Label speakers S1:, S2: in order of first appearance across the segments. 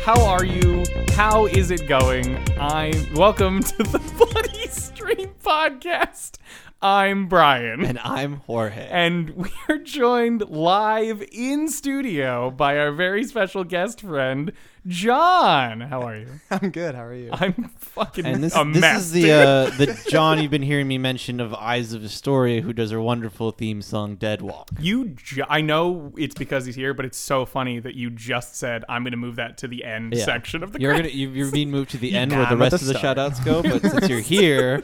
S1: How are you? How is it going? I welcome to the Bloody Stream podcast. I'm Brian,
S2: And I'm Jorge.
S1: and we are joined live in studio by our very special guest friend, John. How are you?
S3: I'm good. How are you?
S1: I'm fucking
S2: And this,
S1: a
S2: this
S1: mess.
S2: is the uh, the John you've been hearing me mention of Eyes of Astoria, who does her wonderful theme song Dead Walk.
S1: You, ju- I know it's because he's here, but it's so funny that you just said I'm going to move that to the end
S2: Yeah.
S1: section of the.
S2: You're gonna you- you're being moved to the end where
S3: down
S2: the
S3: with
S2: rest of
S3: the
S2: the
S3: star.
S2: shoutouts go, but since you're here,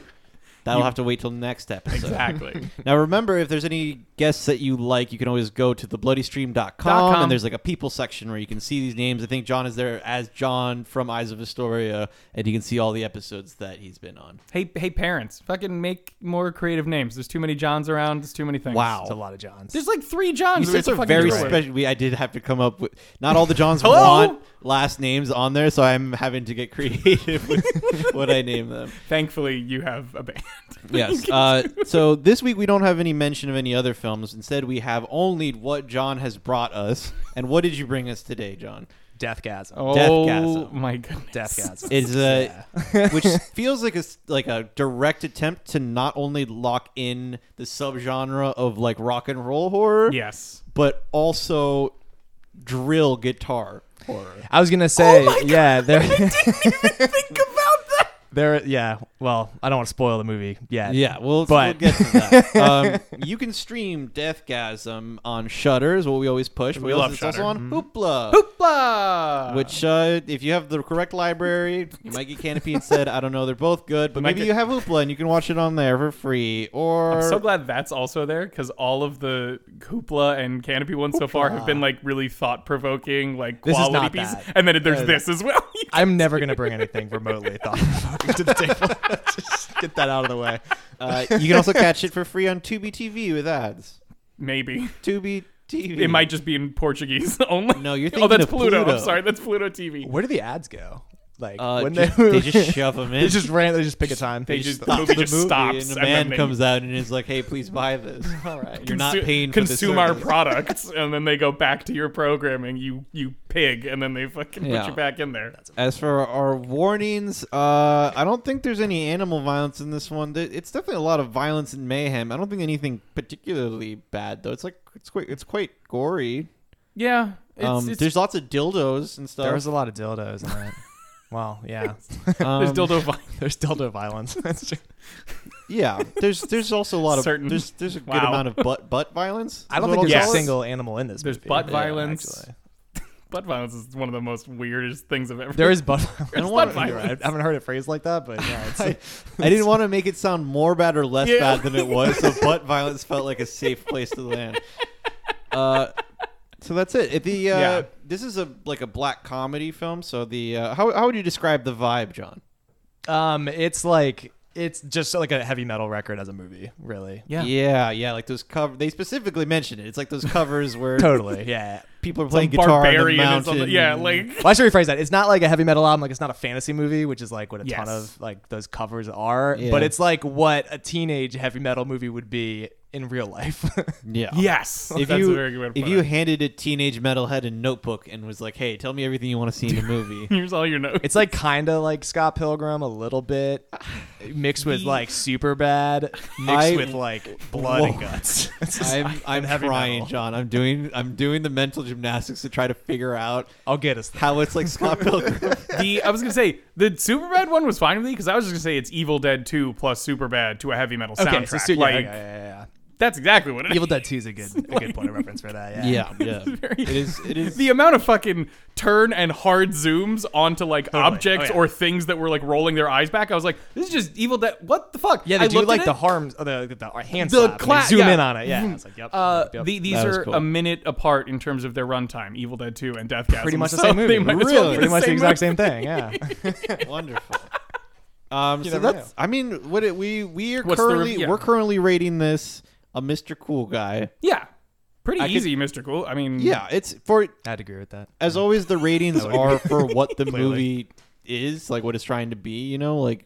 S2: that'll have to wait till next episode.
S1: exactly.
S2: Now remember, if there's any guests that you like, you can always go to thebloodystream.com
S1: com.
S2: and there's like a people section where you can see these names. I think John is there as John from Eyes of Astoria, and you can see all the episodes that he's been on.
S1: Hey, hey, parents! Fucking make more creative names. There's too many Johns around. There's too many things.
S2: Wow.
S3: It's a lot of Johns.
S1: There's like three Johns.
S2: You
S1: We have
S2: said
S1: to
S2: they're
S1: fucking
S2: very
S1: do it.
S2: special. We, I did have to come up with. Not all the Johns
S1: Hello?
S2: want last names on there, so I'm having to get creative with what I name them.
S1: Thankfully, you have a band.
S2: Yes. Uh, so this week we don't have any mention of any other films. Instead, we have only what John has brought us. And what did you bring us today, John?
S3: Deathgasm.
S1: oh
S2: Deathgasm.
S1: my goodness.
S3: Deathgasm.
S2: Is uh, which feels like a s- like a direct attempt to not only lock in the subgenre of like rock and roll horror,
S1: Yes.
S2: but also drill guitar horror.
S3: I was gonna say, yeah, there,
S1: Think about that.
S3: there, yeah. Well, I don't want to spoil the movie yet.
S2: Yeah, we'll,
S3: But-
S2: we'll get to that. Um, you can stream Deathgasm on Shudder, is what we always push. We
S1: love
S2: it's also
S1: Shudder.
S2: on Hoopla,
S1: Hoopla.
S2: which uh, if you have the correct library, you might get Canopy instead. I don't know. They're both good, but
S1: might
S2: maybe
S1: get-
S2: you have Hoopla and you can watch it on there for free. Or
S1: I'm so glad that's also there because all of the Hoopla and Canopy ones so far have been like really thought provoking, like
S3: This is
S1: quality
S3: not
S1: pieces.
S3: that.
S1: And then there's this as well.
S3: I'm never gonna bring anything remotely thought to the table. Just get that out of the way.
S2: uh, you can also catch it for free on Tubi TV with ads.
S1: Maybe
S2: Tubi TV.
S1: it might just be in Portuguese only.
S2: No, you're
S1: oh,
S2: thinking
S1: that's
S2: of
S1: Pluto. I'm
S2: Pluto.
S1: sorry, that's Pluto TV.
S3: Where do the ads go? Like
S2: Uh,
S3: when
S2: just-
S3: they,
S2: they just shove them in.
S3: they just ran. They just pick a time.
S1: They just the
S2: Stop
S1: movie just stops,
S2: and a
S1: and then
S2: man
S1: they-
S2: comes out and is like, "Hey, please buy this." All right, you're not
S1: Consu-
S2: paying for this
S1: consume our
S2: service.
S1: products, and then they go back to your programming. You you pig, and then they fucking
S2: Yeah.
S1: put you back in there.
S2: As for our warnings, uh, I don't think there's any animal violence in this one. There- It's definitely a lot of violence and mayhem. I don't think anything particularly bad though. It's like it's quite it's quite gory.
S1: Yeah, it's,
S2: um,
S1: it's,
S2: there's lots of dildos and stuff.
S3: there was a lot of dildos in that. Wow. Yeah.
S1: there's
S2: Um,
S1: dildo vi-
S3: There's dildo violence. That's true.
S2: Yeah, there's there's also a lot of
S1: Certain-
S2: there's there's a good
S1: Wow.
S2: amount of butt butt violence.
S3: I don't
S2: is what
S3: think
S2: I'll
S1: Yes.
S3: there's a
S2: call it.
S3: single animal in this.
S1: There's
S3: movie.
S1: butt violence.
S3: actually.
S1: butt violence is one of the most weirdest things I've ever.
S3: There is butt.
S2: I don't
S3: violence.
S2: want
S1: butt
S2: to-
S3: I
S1: violence.
S3: haven't heard it phrased like that, but yeah, it's
S2: I didn't want to make it sound more bad or less
S1: Yeah.
S2: bad than it was, so butt violence felt like a safe place to land. Uh, so that's it. If the uh,
S1: Yeah.
S2: this is a like a black comedy film, so the uh, how how would you describe the vibe, John?
S3: Um, it's like it's just like a heavy metal record as a movie, really.
S1: Yeah.
S2: yeah, yeah, like those cover. They specifically mentioned it. It's like those covers where
S3: Totally. Yeah.
S2: people are playing guitar on the
S1: barbarian is on
S2: mountain.
S1: the- yeah, like
S3: Well, I should rephrase that. It's not like a heavy metal album. Like it's not a fantasy movie, which is like what a
S1: Yes.
S3: ton of like those covers are.
S2: Yeah.
S3: But it's like what a teenage heavy metal movie would be in real life.
S2: yeah,
S1: yes.
S2: If
S1: that's
S2: you
S1: a very good way to
S2: if
S1: put
S2: you
S1: it.
S2: handed a teenage metalhead a notebook and was like, "Hey, tell me everything you want to see in a movie,"
S1: here's all your notes.
S3: it's like kind of like Scott Pilgrim a little bit, mixed with like super bad, mixed
S2: I-
S3: with like blood and
S2: Whoa.
S3: guts. It's just-
S2: I'm I'm
S3: heavy
S2: trying,
S3: metal.
S2: John. I'm doing I'm doing the mental gymnastics to try to figure out
S3: I'll get us. There.
S2: how it's like Scott Pilgrim.
S1: the I was gonna say the Superbad one was fine with me because I was just gonna say it's Evil Dead Two plus Superbad to a heavy metal soundtrack.
S3: Okay, so, so- yeah,
S1: like
S3: yeah, yeah, yeah,
S1: that's exactly what it
S3: yeah.
S1: is.
S3: Evil Dead Two is a good a good point of reference for that.
S2: yeah, yeah.
S1: very-
S2: It is. It is.
S1: the amount of fucking turn and hard zooms onto like objects
S3: Oh, yeah.
S1: or things that were like rolling their eyes back. I was like, this is just evil. Dead. what the fuck?
S3: Yeah, they
S1: I
S3: do
S1: looked at
S3: like
S1: it.
S3: the harms, or the, the, the hand
S1: The
S3: slap. and they
S1: cla-
S3: zoom
S1: yeah.
S3: in on it. Yeah, it's like yep.
S1: Uh,
S3: yep, yep.
S1: the, these
S2: That was
S1: are
S2: cool.
S1: a minute apart in terms of their runtime. Evil Dead Two and Death Gasm.
S3: pretty much the
S1: So
S3: same
S1: they
S3: movie.
S1: might as well be
S2: Really?
S3: pretty much the exact
S1: movie.
S3: same thing. Yeah.
S2: wonderful. Um, so
S3: never
S2: that's. I mean, what it, we we are
S1: What's the
S2: currently
S1: rev- yeah.
S2: we're currently rating this a Mr. Cool guy.
S1: Yeah, pretty
S2: could-
S1: easy, Mister Cool. I mean,
S2: Yeah, it's for
S3: I'd agree with that.
S2: as always the ratings are for what the
S3: Clearly.
S2: movie is like what it's trying to be. You know, like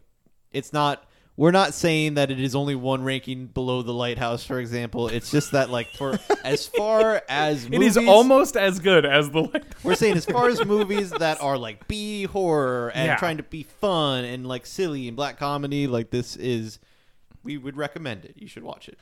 S2: it's not we're not saying that it is only one ranking below the lighthouse, for example. It's just that like for as far as
S1: It is
S2: movies-
S1: almost as good as the Lighthouse.
S2: we're saying as far as movies that are like B horror and
S1: Yeah.
S2: trying to be fun and like silly and black comedy, like this is we would recommend it. You should watch it.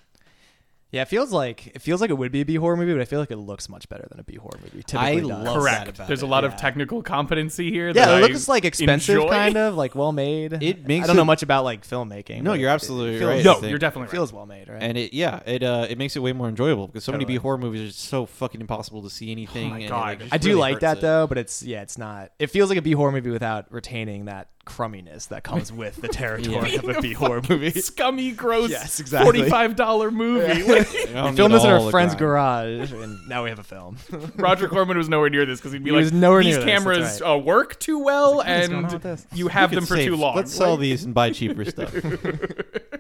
S3: Yeah, it feels like it feels like it would be a B horror movie, but I feel like it looks much better than a B horror movie. Typically
S2: I
S3: does.
S2: love What's that
S1: Correct.
S2: about
S1: There's a
S2: it?
S1: lot of
S3: Yeah.
S1: technical competency here.
S3: Yeah,
S1: that
S3: it
S1: I
S3: looks like expensive,
S1: enjoy.
S3: kind of like well made.
S2: It makes
S3: I don't know
S2: it-
S3: much about like filmmaking.
S2: No,
S3: but
S2: you're
S3: it- it
S2: absolutely
S3: feels-
S2: right.
S1: No,
S2: It's a-
S1: you're
S3: it
S1: definitely right.
S3: feels well made, right?
S2: And it yeah, it uh it makes it way more enjoyable because so many
S3: Totally.
S2: B horror movies are just so fucking impossible to see anything. and it,
S1: Oh God.
S2: like, just
S3: I do
S2: really
S3: like
S2: hurts
S3: that
S2: it.
S3: though, but it's yeah, it's not. It feels like a B horror movie without retaining that crumminess that comes with the territory of a B horror movie.
S1: Scummy, gross,
S3: Yes, exactly.
S1: forty-five dollar movie.
S2: You don't
S3: We filmed
S2: need
S3: this in
S2: all
S3: our
S2: the
S3: friend's
S2: crime.
S3: garage, and now we have a film.
S1: Roger Corman was nowhere near this because he'd be
S3: He
S1: like,
S3: was nowhere
S1: "These
S3: near this, that's
S1: cameras uh, work too well,
S3: like, what is going on with
S1: and
S3: this?
S1: you have
S2: We
S1: them
S2: could
S1: for
S2: save-
S1: too long."
S2: Let's sell these and buy cheaper stuff.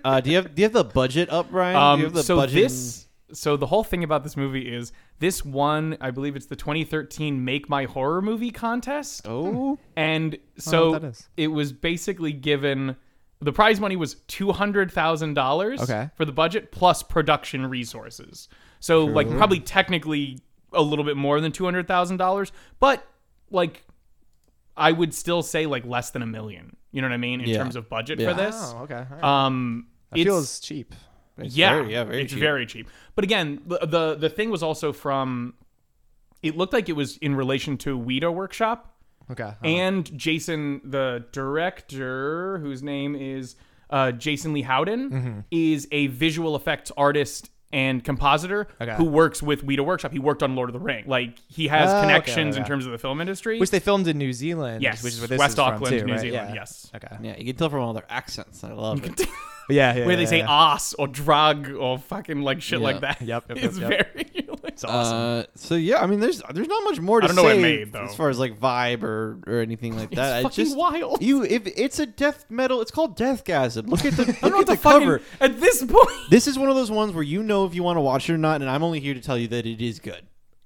S2: uh, do you have do you have the budget up, Ryan? do you have
S1: Um,
S2: the
S1: so
S2: budget
S1: this, so the whole thing about this movie is this one. I believe it's the 2013 Make My Horror Movie contest.
S2: in- oh,
S1: And
S3: know
S1: so
S3: what that is.
S1: it was basically given the prize money was two hundred thousand dollars
S3: Okay.
S1: for the budget plus production resources. So like probably technically a little bit more than two hundred thousand dollars, but like I would still say like less than a million. You know what I mean in
S2: Yeah.
S1: terms of budget
S2: Yeah.
S1: for this.
S3: Oh, okay. All right.
S1: Um,
S3: it feels cheap.
S2: It's
S1: yeah,
S2: very- yeah, very
S1: it's
S2: cheap.
S1: very cheap. But again, the, the the thing was also from. It looked like it was in relation to Weedo Workshop,
S3: Okay. oh.
S1: and Jason, the director, whose name is uh, Jason Lee Howden,
S3: Mm-hmm.
S1: is a visual effects artist and compositor
S3: Okay.
S1: who works with Weta Workshop. He worked on Lord of the Ring. Like he has
S3: Oh, okay,
S1: connections in
S3: okay.
S1: terms of the film industry.
S3: which they filmed in New Zealand.
S1: Yes,
S3: Which is where this
S1: West
S3: is from,
S1: Auckland,
S3: too,
S1: New
S3: right?
S1: Zealand,
S3: Yeah.
S1: yes.
S3: Okay.
S2: yeah, you can tell from all their accents. I love it.
S3: Yeah. yeah
S1: where they
S3: yeah,
S1: say
S3: yeah.
S1: ass or drag or fucking like shit
S2: Yeah.
S1: like that.
S3: Yep, yep,
S1: it's
S3: yep,
S1: very.
S3: It's awesome.
S2: Uh, so yeah, I mean, there's there's not much more to
S1: I don't know what it
S2: say
S1: made, though.
S2: as far as like vibe or or anything like that.
S1: It's
S2: I
S1: fucking
S2: just,
S1: wild.
S2: You if it's a death metal, it's called Deathgasm. Look at the look
S1: I don't know what
S2: at the,
S1: the
S2: cover.
S1: fucking at this point.
S2: This is one of those ones where you know if you want to watch it or not, and I'm only here to tell you that it is good.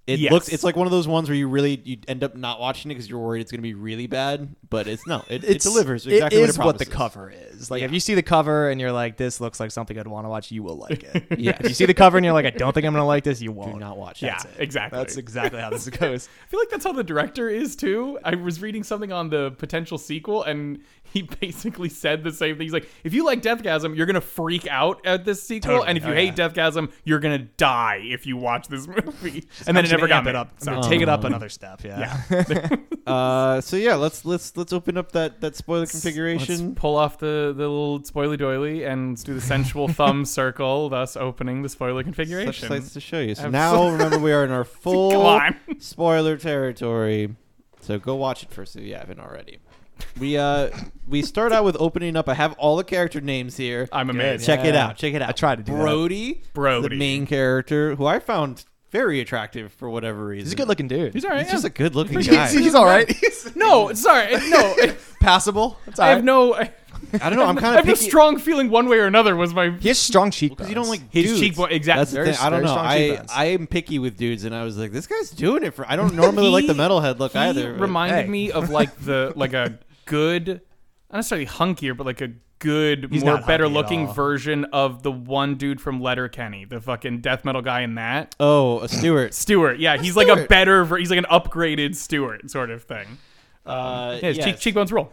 S2: It
S1: Yes.
S2: looks it's like one of those ones where you really you end up not watching it because you're worried it's going to be really bad, but it's no, it, it delivers exactly
S3: it
S2: what it
S3: is what, the
S2: promises.
S3: cover is. Like if you see the cover and you're like, "This looks like something I'd want to watch," you will like it.
S2: Yes.
S3: If you see the cover and you're like, "I don't think I'm gonna like this," you won't.
S2: Do not watch.
S1: Yeah,
S2: That's it.
S1: exactly.
S3: That's exactly how this goes.
S1: I feel like that's how the director is too. I was reading something on the potential sequel, and he basically said the same thing. He's like, "If you like Deathgasm, you're gonna freak out at this sequel,
S3: Totally.
S1: and if you
S3: Oh,
S1: hate
S3: yeah.
S1: Deathgasm, you're gonna die if you watch this movie." and then
S3: I'm
S1: it
S3: just
S1: never
S3: gonna
S1: got
S3: amp
S1: made.
S3: it up.
S1: So- um,
S3: I'm gonna take it up another step. Yeah.
S2: Uh, so yeah, let's let's let's open up that that spoiler configuration.
S1: Let's pull off the, the little spoily doily and let's do the sensual thumb circle, thus opening the spoiler
S2: such
S1: configuration.
S2: sights to show you. So
S1: Absol-
S2: now remember we are in our full
S1: on.
S2: spoiler territory. So go watch it first if you haven't already. We uh we start out with opening up. I have all the character names here.
S1: I'm amazed.
S2: Check it
S3: Yeah.
S2: out. Check it out.
S3: I tried to do that.
S2: Brody,
S1: Brody.
S2: the main character, who I found very attractive for whatever reason.
S3: He's a good-looking dude.
S1: He's all right.
S2: He's
S1: yeah.
S2: just a good looking
S1: He's-
S2: guy.
S3: he's all right. He's
S1: no, sorry, no.
S3: passable. It's all
S1: I
S3: right.
S1: have no. I,
S2: I don't know. I'm kind
S1: I have
S2: of
S1: no
S2: picky
S1: strong feeling one way or another. Was my
S3: He has strong cheekbones.
S2: because you don't like
S1: His
S2: dudes.
S1: cheekbone- exactly.
S2: That's the
S3: Very-
S2: thing. I don't
S3: very
S2: know.
S3: strong
S2: I
S3: cheekbones.
S2: I am picky with dudes, and I was like, this guy's doing it for. I don't normally like the
S1: He-
S2: metalhead look
S1: he
S2: either. but-
S1: Reminded
S3: hey.
S1: me of like the like a good, not necessarily hunkier, but like a good,
S3: He's
S1: more
S3: not hunky
S1: better
S3: at
S1: looking
S3: all.
S1: version of the one dude from Letterkenny, the fucking death metal guy in that.
S2: oh, a Stewart.
S1: Oh, Stewart, yeah, he's like a
S3: Stewart.
S1: better, ver- he's like an upgraded Stewart sort of thing.
S2: Uh,
S1: Yeah, his cheek,
S2: yes.
S1: cheekbones roll.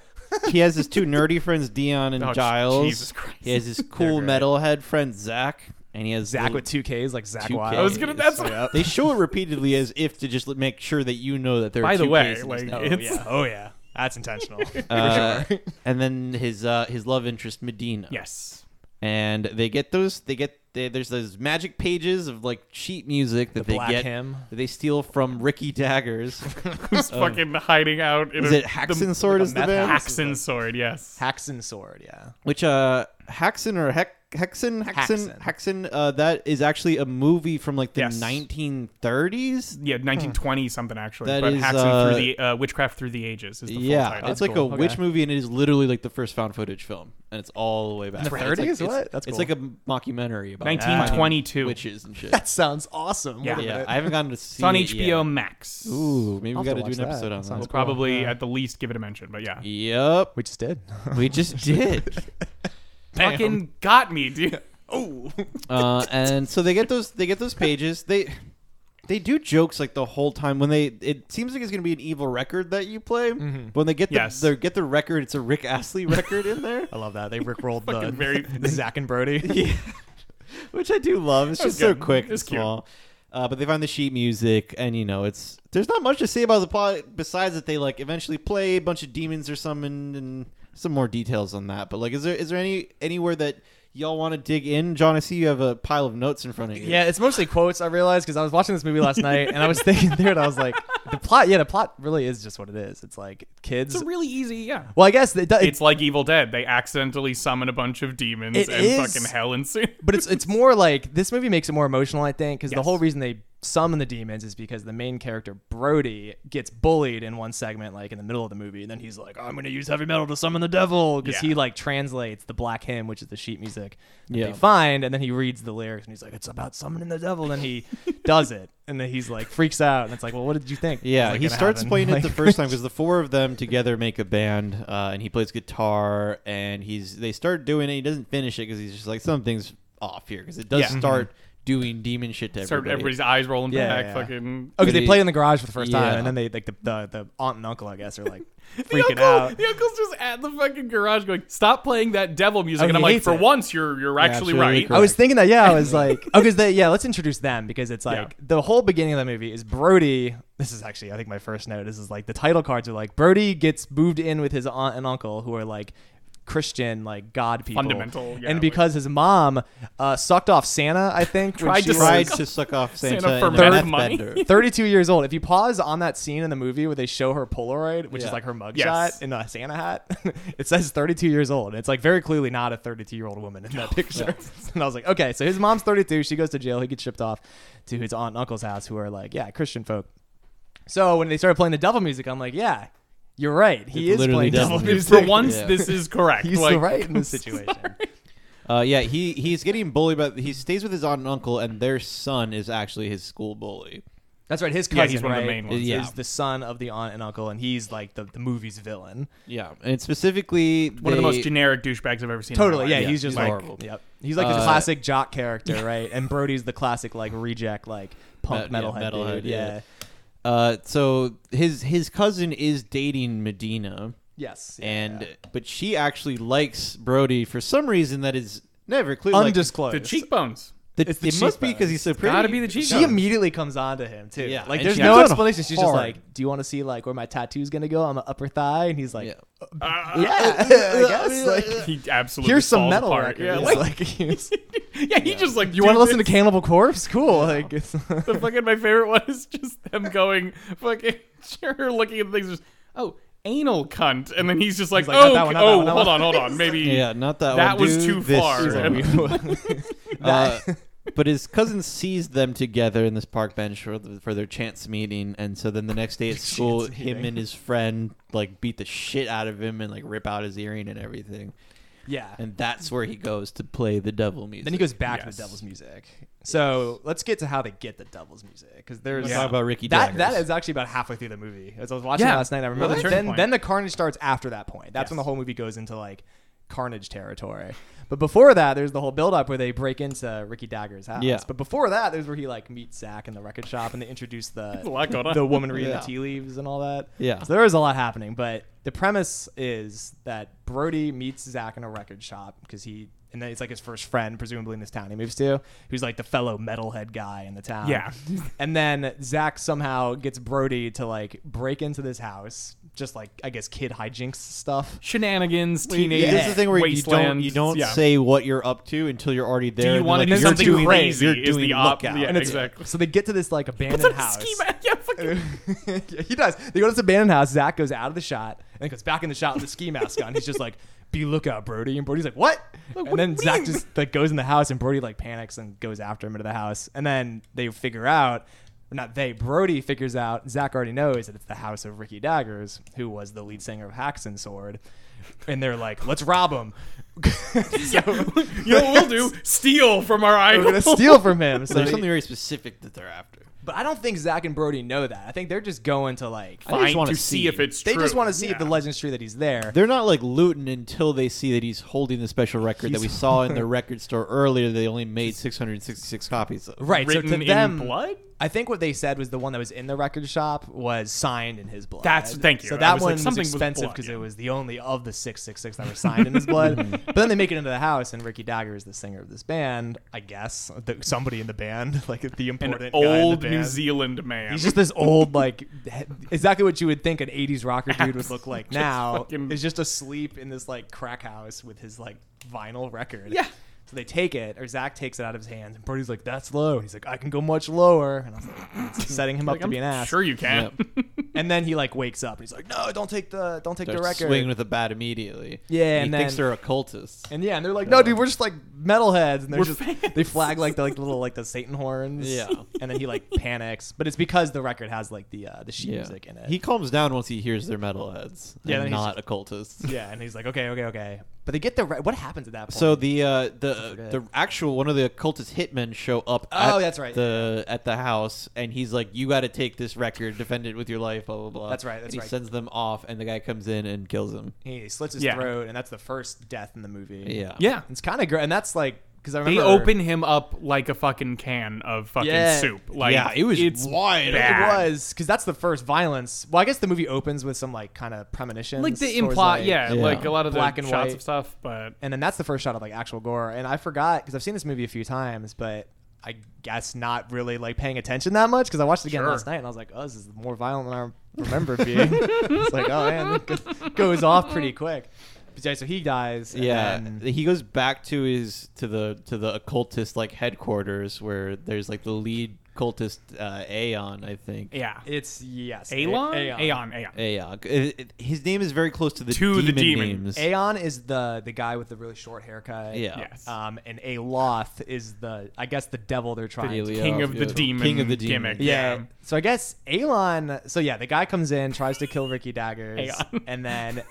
S2: he has his two nerdy friends, Dion and
S1: Oh,
S2: Giles.
S1: Jesus Christ.
S2: He has his cool
S3: great.
S2: metalhead friend Zach, and he has
S3: Zach
S2: little-
S3: with two Ks, like Zach
S2: Two
S3: Wild.
S2: Ks.
S1: I was gonna. That's
S3: Yep.
S2: They show it repeatedly as if to just make sure that you know that they're.
S1: by the
S2: two
S1: way,
S2: Ks in his
S1: like
S2: name.
S1: it's
S3: yeah. Oh yeah. That's intentional.
S2: Uh, and then his uh, his love interest Medina.
S1: yes,
S2: and they get those. They get they, there's those magic pages of like sheet music that
S3: The
S2: they
S3: Black
S2: get.
S3: Hymn.
S2: that They steal from Ricky Daggers.
S1: who's fucking hiding out? In
S2: Is
S1: a,
S2: it Haxan
S1: The,
S2: Sword?
S3: like a
S2: is the
S3: meth
S2: band?
S3: house.
S1: Haxan sword, yes.
S3: Haxan sword. Yeah.
S2: Which uh, Haxan or Hex Hexen Hexen
S3: Haxan.
S2: Hexen. Uh, that is actually a movie from like the
S1: Yes.
S2: 1930s.
S1: yeah, 1920 something actually.
S2: Hmm. That
S1: but
S2: is,
S1: Haxan
S2: uh,
S1: through the uh, witchcraft through the ages is the full
S2: Yeah,
S1: title.
S2: it's
S3: That's
S2: like
S3: cool.
S2: a
S3: Okay.
S2: witch movie, and it is literally like the first found footage film, and it's all the way back.
S3: In the
S2: It's like-
S3: 30s?
S2: It's,
S3: What? That's
S2: it's
S3: cool.
S2: like a mockumentary about
S1: 1922.
S2: witches and shit.
S3: That sounds awesome.
S1: Yeah.
S3: Wait a
S2: yeah,
S3: minute.
S2: I haven't gotten to see
S1: It's on
S2: it
S1: HBO
S2: yet.
S1: Max.
S2: Ooh, maybe
S3: I'll
S2: we
S3: have
S2: got to
S3: to
S2: do an
S3: watch
S2: episode
S3: that.
S2: on
S3: That
S2: that.
S3: sounds
S1: We'll probably at the least give it a mention, but yeah.
S2: Yep,
S3: We just did.
S2: we just did.
S1: Fucking got me, dude.
S2: uh, and so they get those they get those pages they they do jokes like the whole time when they it seems like it's gonna be an evil record that you play but when they get the,
S1: Mm-hmm. Yes. Oh.
S2: they get the record it's a rick astley record in there
S3: I love that they rickrolled the
S1: Fucking very-
S3: the Zach and Brody.
S2: which i do love it's just so
S1: good.
S2: quick and
S1: It's cute.
S2: small uh, but they find the sheet music and you know it's there's not much to say about the plot besides that they like eventually play a bunch of demons are summoned and some more details on that but like is there is there any anywhere that y'all want to dig in john i see you have a pile of notes in front of you
S3: Yeah, it's mostly quotes. I realized because I was watching this movie last night and I was thinking through it. I was like, the plot. Yeah, the plot really is just what it is. It's like kids.
S1: It's a really easy, yeah.
S3: well, I guess it, do-
S1: It's like Evil Dead. They accidentally summon a bunch of demons
S3: It
S1: and
S3: is-
S1: fucking hell ensues.
S3: but it's it's more like this movie makes it more emotional, I think, because the
S1: Yes.
S3: whole reason they summon the demons is because the main character Brody gets bullied in one segment, like in the middle of the movie, and then he's like, "I'm going to use heavy metal to summon the devil," because
S1: Yeah.
S3: he like translates the black hymn, which is the sheet music that
S2: Yeah.
S3: they find, and then he reads the lyrics, and he's like, "It's about summoning the devil," and he does it, and then he's like freaks out, and it's like, "Well, what did you think?"
S2: Yeah,
S3: was, like,
S2: he
S3: gonna
S2: starts
S3: happen?"
S2: playing
S3: Like-
S2: it the first time because the four of them together make a band, uh, and he plays guitar, and he's they start doing it. He doesn't finish it because he's just like something's off here because it does
S1: Yeah.
S2: start doing demon shit to
S1: Start
S2: everybody.
S1: everybody's eyes rolling
S3: Yeah,
S1: back.
S3: yeah.
S1: Fucking
S3: Oh, because they
S2: But
S3: played
S2: he-
S3: in the garage for the first time,
S2: Yeah.
S3: and then they like the, the the aunt and uncle, I guess, are like
S1: the
S3: freaking
S1: uncle,
S3: out.
S1: the uncle's just at the fucking garage going, "Stop playing that devil music,"
S3: Oh,
S1: and I'm
S3: he
S1: like,
S3: hates
S1: "For
S3: it.
S1: once, you're you're actually
S2: absolutely
S1: right."
S2: correct.
S3: I was thinking that, yeah, I was like, oh, because they, yeah, let's introduce them because it's like the whole beginning of the movie is Brody. This is actually, I think, my first note. This is like the title cards are like Brody gets moved in with his aunt and uncle who are like Christian, like God people,
S1: Fundamental, yeah,
S3: and
S1: like-
S3: because his mom uh, sucked off Santa, I think when
S1: Tried
S3: she
S1: to
S3: was-
S2: tried to suck off Santa,
S1: Santa for
S2: in a
S1: bad
S2: meth
S1: money.
S2: bender.
S3: 32 years old. If you pause on that scene in the movie where they show her Polaroid, which
S2: Yeah.
S3: is like her mugshot
S1: Yes.
S3: in a Santa hat, it says 32 years old. It's like very clearly not a 32 year old woman in that picture. and I was like, okay, so his mom's 32. She goes to jail. He gets shipped off to his aunt and uncle's house, who are like, yeah, Christian folk. So when they started playing the devil music, I'm like, yeah, you're right. He
S2: It's
S3: is
S2: literally
S3: playing devil
S2: devil
S1: If
S3: music.
S1: For once,
S2: Yeah.
S1: this is correct.
S3: he's
S1: like,
S3: the right in this situation.
S2: Uh, yeah, he he's getting bullied, but he stays with his aunt and uncle, and their son is actually his school bully.
S3: That's right. His cousin,
S1: Yeah, he's one of the
S3: right,
S1: main ones.
S2: Yeah.
S3: is the son of the aunt and uncle, and he's like the, the movie's villain.
S2: Yeah, and specifically
S1: One of the most
S2: they-
S1: generic douchebags I've ever seen. in my
S3: Totally,
S1: life.
S3: yeah,
S2: Yeah,
S3: He's just
S2: he's
S3: like,
S2: horrible.
S3: yep. He's like the
S2: Uh,
S3: classic jock character, right? And Brody's the classic like reject, like punk
S2: Met- yeah,
S3: metalhead,
S2: metalhead,
S3: dude. Yeah.
S2: yeah. Uh, so his his cousin is dating Medina.
S3: Yes. yeah,
S2: and
S3: yeah.
S2: but she actually likes Brody for some reason that is never clear. Like,
S3: undisclosed.
S1: the cheekbones.
S2: the-
S3: it's the
S2: it must be
S3: cheekbones.
S2: because he's so pretty.
S1: Gotta be the
S3: She
S1: cheekbones.
S3: immediately comes on to him too.
S2: Yeah,
S3: Like,
S2: and
S3: there's
S2: she
S3: no
S2: goes
S3: explanation. She's just
S2: hard.
S3: like, "Do you want to see like where my tattoo's gonna go on my upper thigh?" And he's like,
S2: Yeah.
S3: "Yeah,
S1: Ah,
S3: I guess." Like,
S1: he absolutely.
S3: here's some
S1: falls
S3: metal
S1: apart.
S3: record.
S1: Yeah,
S3: He's
S1: like,
S3: like, he's-
S1: yeah, he just like.
S3: "You want to listen to Cannibal Corpse? Cool." Like, it's,
S1: The fucking my favorite one is just them going fucking sure looking at things just oh anal cunt and then he's just like,
S3: like, not
S1: oh
S3: that one, not
S1: oh
S3: that one, not
S1: hold
S3: that
S1: on hold on maybe
S2: yeah, not that.
S1: That
S2: one,
S1: was
S2: dude,
S1: too
S2: this
S1: far.
S2: is
S1: And-
S2: one. Uh, but his cousin sees them together in this park bench for, the, for their chance meeting, and so then the next day at school,
S3: Chance
S2: him
S3: meeting.
S2: and his friend like beat the shit out of him and like rip out his earring and everything,
S3: yeah.
S2: and that's where he goes to play the devil music.
S3: Then he goes back to
S1: Yes.
S3: the devil's music. So let's get to how they get the devil's music because there's
S2: Let's talk about Ricky
S3: That that
S2: Daggers.
S3: is actually about halfway through the movie. As I was watching it
S1: Yeah.
S3: last night, I
S1: Well,
S3: remember
S1: the turning
S3: then
S1: point.
S3: then the carnage starts after that point. That's when the
S1: Yes.
S3: whole movie goes into like carnage territory. But before that, there's the whole build up where they break into Ricky Dagger's house.
S2: Yeah.
S3: But before that, there's where he like meets Zach in the record shop and they introduce the
S1: A lot going on.
S3: the woman reading
S2: Yeah.
S3: the tea leaves and all that.
S2: Yeah.
S3: So there is a lot happening, but the premise is that Brody meets Zach in a record shop because he and then it's like his first friend, presumably in this town he moves to, who's like the fellow metalhead guy in the town.
S1: Yeah.
S3: and then Zach somehow gets Brody to like break into this house, just like I guess kid hijinks stuff.
S1: shenanigans teenage
S2: This is the thing where you don't
S1: wasteland,
S2: you don't
S1: yeah.
S2: say what you're up to until you're already there.
S1: you
S2: and they're
S1: wanna
S2: like,
S1: do
S2: "You're
S1: something
S2: doing-
S1: crazy
S2: You're
S1: is
S2: doing
S1: the op-
S2: lookout.
S1: yeah.
S3: And it's
S1: exactly.
S3: so they get to this like abandoned
S1: It's a
S3: house.
S1: ski mask. Yeah, fucking.
S3: yeah, he does. They go to this abandoned house. Zach goes out of the shot and goes back in the shot with the ski mask on. He's just like, "Be lookout, Brody." And Brody's like, "What?" and
S1: what do
S3: then
S1: you
S3: Zach
S1: mean?
S3: just like goes in the house, and Brody like panics and goes after him into the house. And then they figure out, not they, Brody figures out. Zach already knows that it's the house of Ricky Daggers, who was the lead singer of Hacks and Sword. and they're like, let's rob him. so
S1: You know what we'll do? Steal from our
S3: we're gonna
S1: idol.
S3: steal from him. So
S2: There's
S3: he-
S2: something very specific that they're after.
S3: but I don't think Zach and Brody know that. I think they're just going to like.
S2: I just
S1: Fine,
S2: wanna
S1: to
S2: see.
S1: see if it's
S3: They
S1: true.
S3: just want to see if
S1: Yeah.
S3: the legend's true that he's there.
S2: They're not like looting until they see that he's holding the special record that we saw in the record store earlier. They only made 666 copies of.
S3: Right. So
S1: written
S3: to them,
S1: in blood.
S3: I think what they said was the one that was in the record shop was signed in his blood.
S1: That's- thank you.
S3: So
S1: I
S3: that
S1: was
S3: one
S1: like, something
S3: was
S1: with
S3: expensive
S1: blood,
S3: because
S1: yeah.
S3: it was the only of the six six six that were signed in his blood. but then they make it into the house, and Ricky Dagger is the singer of this band, I guess. The, somebody in the band, like the
S1: An
S3: important guy in the
S1: old
S3: band.
S1: New Zealand man.
S3: He's just this old, like he- exactly what you would think an '80s rocker dude would look like
S1: Just
S3: now.
S1: fucking-
S3: Is just asleep in this like crack house with his like vinyl record.
S1: Yeah.
S3: So they take it, or Zach takes it out of his hands, and Brody's like, "That's low." And he's like, "I can go much lower," and I was like, it's setting him up
S1: Like,
S3: to
S1: I'm
S3: be an ass.
S1: Sure you can.
S3: And then he like wakes up and he's like, "No, don't take the, don't take
S2: They're
S3: the record."
S2: swinging with a bat immediately.
S3: Yeah,
S2: and he
S3: and
S2: thinks
S3: then-
S2: they're occultists.
S3: And yeah, and they're like, no, dude, we're just like metalheads, and they're
S1: We're
S3: just
S1: fans.
S3: they flag like the like the little like the Satan horns,
S2: Yeah.
S3: And then he like panics, but it's because the record has like the uh, the sheet music in it.
S2: He calms down once he hears they're metalheads.
S3: Yeah,
S2: and
S3: then he's-
S2: not occultists.
S3: yeah, and he's like, okay, okay, okay. But they get the re- what happens at that point?
S2: So the uh, the
S3: forget.
S2: the actual one of the occultist hitmen show up.
S3: Oh,
S2: at
S3: that's right.
S2: The at the house, and he's like, "You got to take this record, defend it with your life." Blah blah blah.
S3: That's right, that's
S2: and
S3: right.
S2: He sends them off, and the guy comes in and kills him.
S3: he slits his
S1: Yeah.
S3: throat, and that's the first death in the movie.
S2: Yeah.
S1: yeah.
S3: it's kind of great, and that's like because I
S1: They
S3: remember
S1: open him up like a fucking can of fucking
S3: Yeah.
S1: soup. Like
S2: yeah, it was
S1: it's
S2: wild.
S3: It
S1: bad.
S3: was because that's the first violence. Well, I guess the movie opens with some like kind of premonitions,
S1: like the
S3: towards,
S1: imply
S3: like-
S1: yeah,
S2: Yeah.
S1: like a lot of the
S3: Black and
S1: shots
S3: white.
S1: of stuff, but
S3: and then that's the first shot of like actual gore. And I forgot because I've seen this movie a few times, but I guess not really like paying attention that much because I watched it again
S1: Sure.
S3: last night and I was like, oh, this is more violent than I remember it being. it's like, oh man, it go- goes off pretty quick. But yeah, so he dies. and
S2: Yeah,
S3: then-
S2: he goes back to his to the to the occultist like headquarters where there's like the lead cultist uh, Aeon, I think.
S1: yeah.
S3: it's yes,
S1: Aeon?
S3: Aeon.
S1: Aeon, Aeon.
S2: Aeon. It- it- His name is very close to the
S1: To the
S2: demon
S1: demon.
S2: names.
S3: Aeon is the the guy with the really short haircut.
S2: Yeah.
S1: Yes.
S3: Um, and Aloth is the I guess the devil they're trying to
S2: Fidelio.
S1: King of the
S2: Yeah.
S1: demon
S2: King of the demon.
S1: gimmick.
S3: Yeah.
S1: Yeah.
S3: So I guess Elon. So yeah, the guy comes in, tries to kill Ricky Daggers,
S1: Aeon.
S3: and then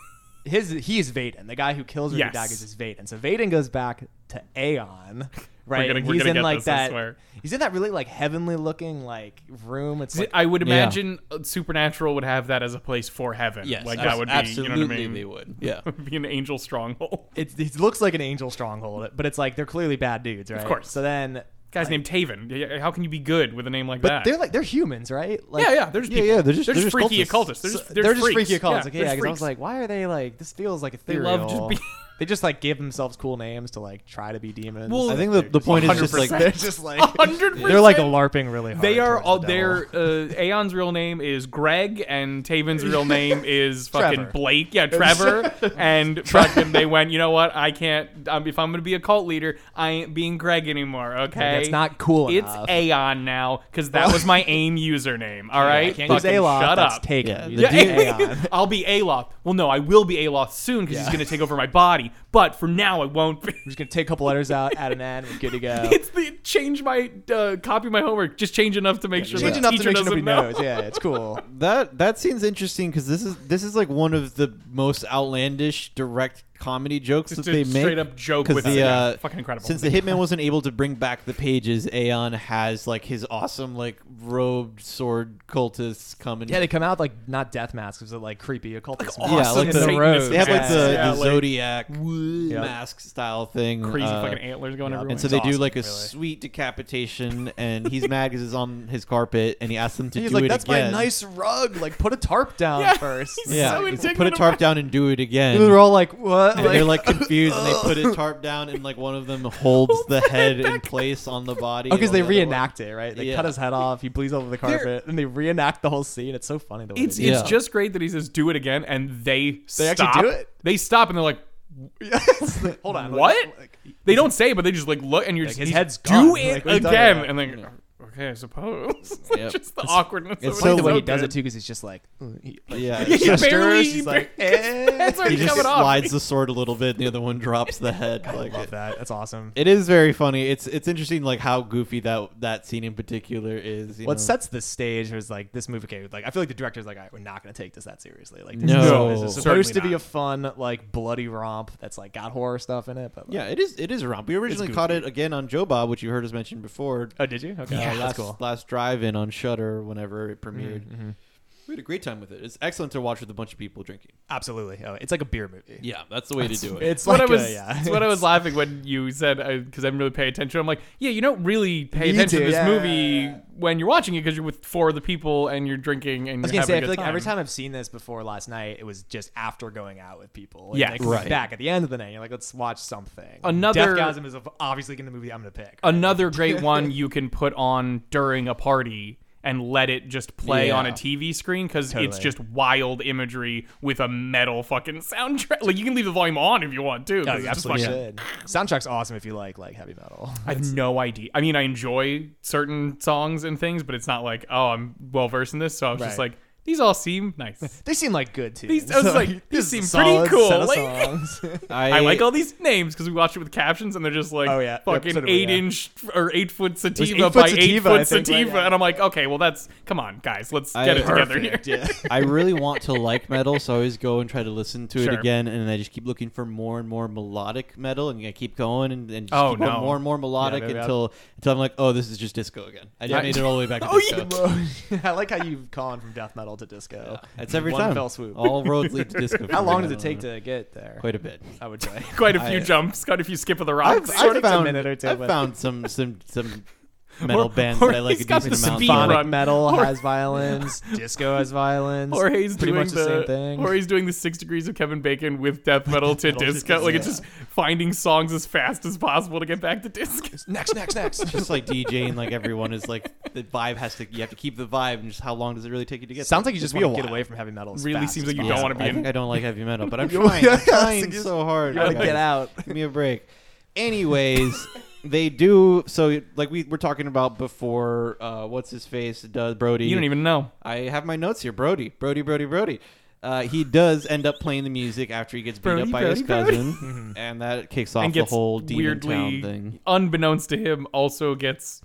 S3: his he is Vaden. The guy who kills Ricky
S1: Yes.
S3: Daggers is Vaden. So Vaden goes back to Aeon. Right,
S1: gonna-
S3: and
S1: we're
S3: he's
S1: gonna
S3: in
S1: get
S3: like
S1: this, I
S3: that.
S1: swear.
S3: He's in that really like heavenly looking like room. It's
S1: See,
S3: like,
S1: I would
S2: Yeah.
S1: imagine Supernatural would have that as a place for heaven.
S2: Yes,
S1: like
S2: abs-
S1: that would be,
S2: absolutely
S1: you know what I mean?
S2: they would. Yeah.
S1: would be an angel stronghold.
S3: it's, it looks like an angel stronghold, but it's like they're clearly bad dudes, right?
S1: course.
S3: So then,
S1: Guy's named Taven. Yeah, How can you be good with a name like
S3: but
S1: that?
S3: they're like they're humans, right? Like,
S1: yeah, yeah. They're just
S2: Yeah,
S1: people.
S2: yeah, they're just- they're just
S1: freaky
S2: cultists.
S1: occultists. They're
S3: So-
S1: just, they're just freaks.
S3: freaky occultists. Like,
S1: they're
S3: Yeah,
S1: just
S3: 'cause I was
S1: freaks.
S3: like, why are they like? This feels like
S1: They
S3: ethereal.
S1: love just be-
S3: they just like give thememselves cool names to like try to be demons.
S1: Well,
S2: I think the, the point is just like
S1: 100%.
S3: they're just like
S1: 100%.
S3: they're like larping really hard.
S1: They are
S3: towards
S1: all
S3: the devil.
S1: their uh, Aeon's real name is Greg and Taven's real name is fucking
S3: Trevor.
S1: Blake. Yeah, Trevor. and fucking they went, you know what? I can't um, if I'm going to be a cult leader, I ain't being Greg anymore, okay?
S3: that's not cool
S1: It's
S3: enough.
S1: Aeon now cuz that was my aim username, all right?
S3: I can't use
S1: Fucking
S3: Aloth.
S1: Shut
S3: that's
S1: up.
S3: Taken.
S2: Yeah,
S3: You
S2: the
S3: just
S2: dude-
S3: say Aeon.
S1: I'll be Aloth. Well, no, I will be Aloth soon because
S3: Yeah.
S1: he's going to take over my body. But for now, I won't be.
S3: We're just gonna take a couple letters out, add an N, we're good to go.
S1: It's the change my uh, copy my homework. Just change enough to make sure
S3: Change
S1: the
S3: enough to
S1: teacher
S3: make sure
S1: doesn't know.
S3: nobody knows. Yeah, it's cool.
S2: that that scene's interesting because this is this is like one of the most outlandish direct comedy jokes
S1: Just
S2: that
S1: a
S2: they make.
S1: straight up joke
S2: 'Cause
S1: with
S2: the,
S1: it, yeah.
S2: uh,
S1: Fucking incredible.
S2: Since the hitman wasn't able to bring back the pages, Aeon has like his awesome like robed sword cultists coming.
S3: Yeah, they come out like not death masks, but like creepy occult.
S1: awesome
S2: Yeah, like
S3: in
S2: the-
S3: the road.
S2: They have like the,
S1: Yeah,
S2: the
S1: like-
S2: zodiac mask style thing.
S1: crazy
S2: uh,
S1: fucking antlers going everywhere.
S2: and so they do
S3: awesome,
S2: like a
S3: really.
S2: sweet decapitation, and he's mad because it's on his carpet, and he asks them to
S3: He's
S2: do
S3: like,
S2: it
S3: "That's
S2: again.
S3: my nice rug. Like, put a tarp down
S1: Yeah,
S3: first.
S1: he's
S2: yeah,
S1: so
S2: he's like,
S1: indignant
S2: put a tarp
S1: about-
S2: down and do it again.
S3: And they're all like, "What?"
S2: and they're like confused, and they put a tarp down, and like one of them holds the head in place on the body.
S3: Oh, because
S2: while
S3: they
S2: the other one-
S3: reenact it, right? They
S2: Yeah.
S3: cut his head off. He bleeds all over the
S1: They're-
S3: carpet, and they reenact the whole scene. It's so funny. The way
S1: It's
S3: they do
S2: Yeah.
S1: it's just great that he says do it again, and they
S3: They actually
S1: stop.
S3: do it?
S1: They stop and they're like,
S3: it. It's like, Hold on.
S1: what?
S3: like-
S1: they don't say, it, but they just like look, and you're just
S3: his
S1: he's,
S3: head's
S1: do
S3: gone."
S1: it
S3: Like, what are you talking
S1: again,
S3: about?
S1: and then. okay, I suppose. It's
S2: Yep.
S1: just the awkwardness.
S3: It's
S1: of
S3: so
S1: it.
S3: the way he
S1: good.
S3: does it too, because he's just like,
S2: Yeah,
S1: He
S2: just-
S1: barely,
S3: stirs, he's
S1: like,
S3: like, "Eh."
S1: that's already
S2: he just
S1: coming off.
S2: slides the sword a little bit, and the other one drops the head. Like
S3: love that. That's awesome.
S2: it is very funny. It's it's interesting, like how goofy that that scene in particular is. you
S3: What
S2: know?
S3: sets the stage is like this movie. Okay, like I feel like the director's like, all right, we're not gonna take this that seriously. Like, this is-
S2: No.
S3: this is
S1: Certainly
S3: supposed to be
S1: not.
S3: a fun, like bloody romp that's like got horror stuff in it. But like,
S2: Yeah, it is. It is a romp. We originally caught it again on Joe Bob, which you heard us mention before.
S3: Oh, did you? Okay,
S2: uh,
S3: yeah,
S2: last
S3: that's cool.
S2: last drive in on Shutter whenever it premiered. We had a great time with it. It's excellent to watch with a bunch of people drinking.
S3: Absolutely. Oh, it's like a beer movie.
S2: Yeah, that's the way to do
S3: It's
S1: That's
S3: like
S1: what I was,
S3: a, yeah.
S1: that's what I was laughing when you said uh, because I'm really paying attention. I'm like, yeah, you don't really pay
S3: You
S1: attention
S3: do,
S1: to this
S3: yeah,
S1: movie
S3: yeah, yeah.
S1: when you're watching it because you're with four other people and you're drinking and
S3: I was
S1: you're
S3: gonna say, I
S1: having
S3: feel
S1: a good
S3: like every time I've seen this before last night, it was just after going out with people. Like,
S1: Yes.
S3: like, coming
S2: Right.
S3: Back at the end of the night, you're like, let's watch something.
S1: Another- Oh,
S3: Deathgasm is obviously gonna be the movie I'm gonna pick.
S1: Another great one you can put on during a party and let it just play
S2: Yeah.
S1: on a TV screen because it's
S3: Totally.
S1: just wild imagery with a metal fucking soundtrack. Like you can leave the volume on if you want to. 'cause
S3: Oh,
S1: it's
S3: you
S1: just
S3: absolutely
S1: fucking-
S3: should. Soundtrack's awesome if you like like heavy metal.
S1: I have no idea. I mean, I enjoy certain songs and things, but it's not like, oh, I'm well versed in this. So I was just
S3: Right.
S1: like, these all seem nice.
S3: They seem like good too.
S1: These- I was like, these seem pretty cool, like- I, like all these names because we watched it with captions, and they're just like,
S3: Oh, yeah. Yep,
S1: fucking
S3: so do we,
S1: eight
S3: yeah.
S1: inch or eight foot sativa
S3: eight-foot
S1: by eight
S3: sativa, I
S1: foot
S3: think, right?
S1: sativa,
S3: Yeah.
S1: and I'm like, okay, well, that's come on, guys, let's
S2: I-
S1: get it together here.
S3: Perfect, yeah.
S2: I really want to like metal, so I always go and try to listen to
S1: Sure.
S2: it again, and I just keep looking for more and more melodic metal, and I keep going and, and just
S1: Oh,
S2: keep
S1: no.
S2: going more and more melodic
S3: maybe I-
S2: until until I'm like, oh, this is just disco again. I just
S1: Right.
S2: made it all the way back. To
S1: Oh,
S2: disco.
S3: I like how you've gone from death metal to disco.
S2: It's every
S3: One
S2: time.
S3: fell swoop.
S2: All roads lead to disco. for
S3: How
S2: me.
S3: long
S2: I
S3: did it
S2: don't
S3: take
S2: know.
S3: to get there?
S2: Quite a bit.
S3: I would say.
S1: Quite a few
S2: I-
S1: jumps, quite a few skip of the
S2: I've,
S1: rocks.
S3: sort
S2: I've
S3: of took a
S2: found,
S3: minute or two,
S2: I've
S3: but-
S2: found some some some
S1: Or-
S2: metal bands
S1: or
S2: that I like a
S1: he's got
S2: decent
S1: the
S2: amount.
S1: speed
S2: of.
S3: Sonic
S1: run.
S3: metal
S1: Or-
S3: has violins. disco has violins.
S1: Or he's
S3: pretty
S1: doing
S3: much the,
S1: the,
S3: same thing.
S1: Or he's doing the six degrees of Kevin Bacon with death metal to
S3: Metal to
S1: disco. Like it's
S3: disco.
S1: just finding songs as fast as possible to get back to disco.
S3: next, next, next.
S2: Just like DJing, like everyone is like the vibe has to. You have to keep the vibe, and just how long does it really take you to get?
S3: Sounds
S2: there?
S3: like you just
S2: It'd be
S3: want to
S2: a
S3: get
S2: while.
S3: away from heavy metal. as
S1: Really
S3: fast
S1: seems
S3: as
S1: like you don't
S3: possible.
S1: wanna be
S2: I
S1: in-
S2: think I don't like heavy metal, but I'm
S3: You're-
S2: trying.
S3: yeah,
S2: I'm trying
S3: you-
S2: so hard.
S3: You want to
S2: Okay.
S3: get out.
S2: Give me a break. Anyways, they do. So, like we were talking about before, uh, what's his face does Brody?
S1: You don't even know.
S2: I have my notes here. Brody, Brody, Brody, Brody. Uh, he does end up playing the music after he gets beat
S1: Brody,
S2: up by
S1: Brody,
S2: his
S1: Brody.
S2: cousin, and that kicks off
S1: and
S2: the
S1: gets
S2: whole demon
S1: weirdly,
S2: town thing.
S1: unbeknownst to him, also gets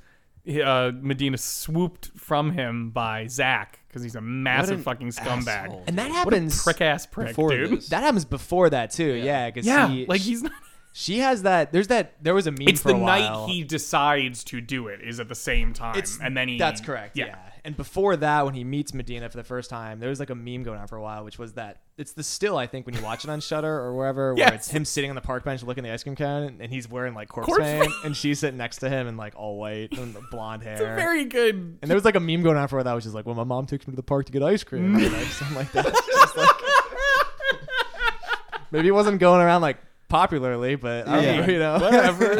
S1: uh, Medina swooped from him by Zach because he's a massive
S2: an
S1: fucking scumbag,
S2: asshole.
S3: And that happens.
S1: prick ass prick,
S2: Before
S1: dude.
S2: this.
S3: That happens before that too. Yeah, because
S1: Yeah, like he's not.
S3: She has that. There's that. There was a meme.
S1: It's
S3: for
S1: the
S3: a
S1: night
S3: while.
S1: he decides to do it is at the same time,
S3: It's-
S1: and then he.
S3: That's correct. Yeah. And before that, when he meets Medina for the first time, there was like a meme going on for a while, which was that it's the still I think when you watch it on Shutter or wherever, where
S1: Yes.
S3: it's him sitting on the park bench looking at the ice cream cone, and, and he's wearing like corpse,
S1: Corpse
S3: paint,
S1: paint.
S3: and she's sitting next to him in like all white and blonde hair.
S1: It's a very good.
S3: and there was like a meme going on for a while that was just like, "Well, my mom took me to the park to get ice cream," or like, something like that. It's just like- maybe it wasn't going around like popularly, but I don't
S2: Yeah.
S3: know, you know,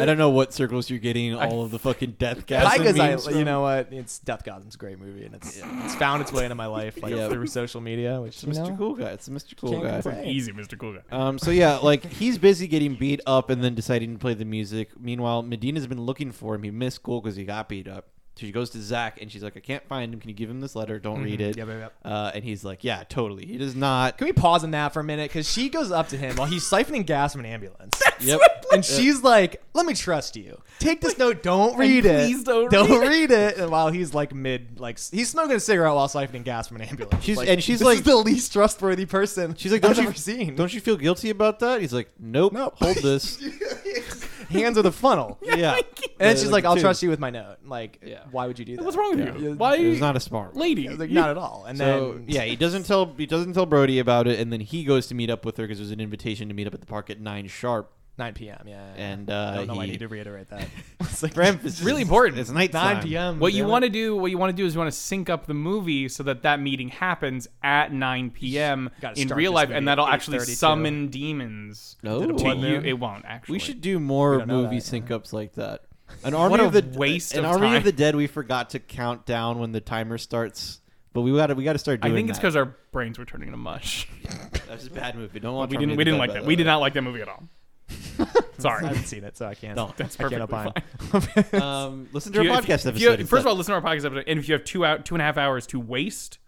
S2: I don't know what circles you're getting all of the fucking death gas.
S3: I guess I, you know what? It's Death Gotham's a great movie, and it's it's found its way into my life like
S2: Yeah.
S3: through social media, which you
S2: Mr.
S3: know,
S2: Cool Guy. It's a Mr. Cool
S3: Can't
S2: Guy.
S3: complain.
S1: Easy, Mr. Cool Guy.
S3: Uh,
S2: Um, so yeah, like he's busy getting beat up and then deciding to play the music. Meanwhile, Medina's been looking for him. He missed school because he got beat up. So she goes to Zach and she's like, "I can't find him. Can you give him this letter? Don't read it."
S3: Mm-hmm. Yep, yep, yep.
S2: Uh, and he's like, "Yeah, totally." He does not.
S3: Can we pause on that for a minute? Because she goes up to him while he's siphoning gas from an ambulance,
S2: Yep.
S3: and she's like, "Let me trust you. Take this note. Don't read it.
S1: please don't
S3: don't
S1: read
S3: read it." And while he's like mid, like s- he's smoking a cigarette while siphoning gas from an ambulance,
S2: She's- and she's
S3: this
S2: like-
S3: is the least trustworthy person.
S2: She's like, "Don't
S3: I've
S2: you
S3: ever seen?
S2: don't you feel guilty about that?" He's like, "Nope.
S3: Nope.
S2: Hold this."
S3: hands are the funnel."
S2: yeah.
S3: And then she's
S2: Like,
S3: like, "I'll
S2: dude.
S3: trust you with my note." Like, why would you do that?
S1: What's wrong with
S3: Yeah.
S1: you? Why?
S2: It was not a smart one.
S1: lady.
S3: I was like, not at all. And
S2: So
S3: then
S2: yeah, he doesn't tell he doesn't tell Brody about it, and then he goes to meet up with her because there's an invitation to meet up at the park at nine sharp.
S3: 9 p.m. Yeah,
S2: And,
S3: I
S2: uh,
S3: don't know why I
S2: he-
S3: need to reiterate that. It's like
S2: Breakfast
S1: really important.
S2: It's nighttime.
S3: 9 p.m.
S1: What you
S3: damn it.
S1: want to do, what you want to do is you want to sync up the movie so that that meeting happens at 9 p.m.
S3: Gotta
S1: in
S3: start
S1: real
S3: this
S1: life,
S3: movie
S1: and
S3: at
S1: that'll actually
S3: 8:32.
S1: summon demons.
S2: No.
S1: to
S2: Blood
S1: you.
S3: moon?
S1: It won't actually.
S2: We should do more
S3: don't know
S2: movie
S3: that,
S2: sync ups like that. An army
S1: a
S2: of the
S1: waste
S2: an
S1: of
S2: army
S1: time.
S2: of the dead. We forgot to count down when the timer starts, but we got to we got to start
S1: I
S2: doing.
S1: think it's
S2: that.
S1: because our brains were turning to mush.
S2: that's a bad movie. Don't watch.
S1: we
S2: Army
S1: didn't.
S2: of
S1: We
S2: the
S1: didn't
S2: Dead,
S1: like
S2: by
S1: that.
S2: the
S1: We
S2: way.
S1: did not like that movie at all. Sorry.
S3: I haven't seen it, so I can't.
S2: No,
S1: that's
S3: I can't opine.
S1: perfectly
S2: Um, listen to our
S1: If you-
S2: podcast episode.
S1: if you-
S2: instead.
S1: first of all, listen to our podcast episode, and if you have two out, two and a half hours to waste,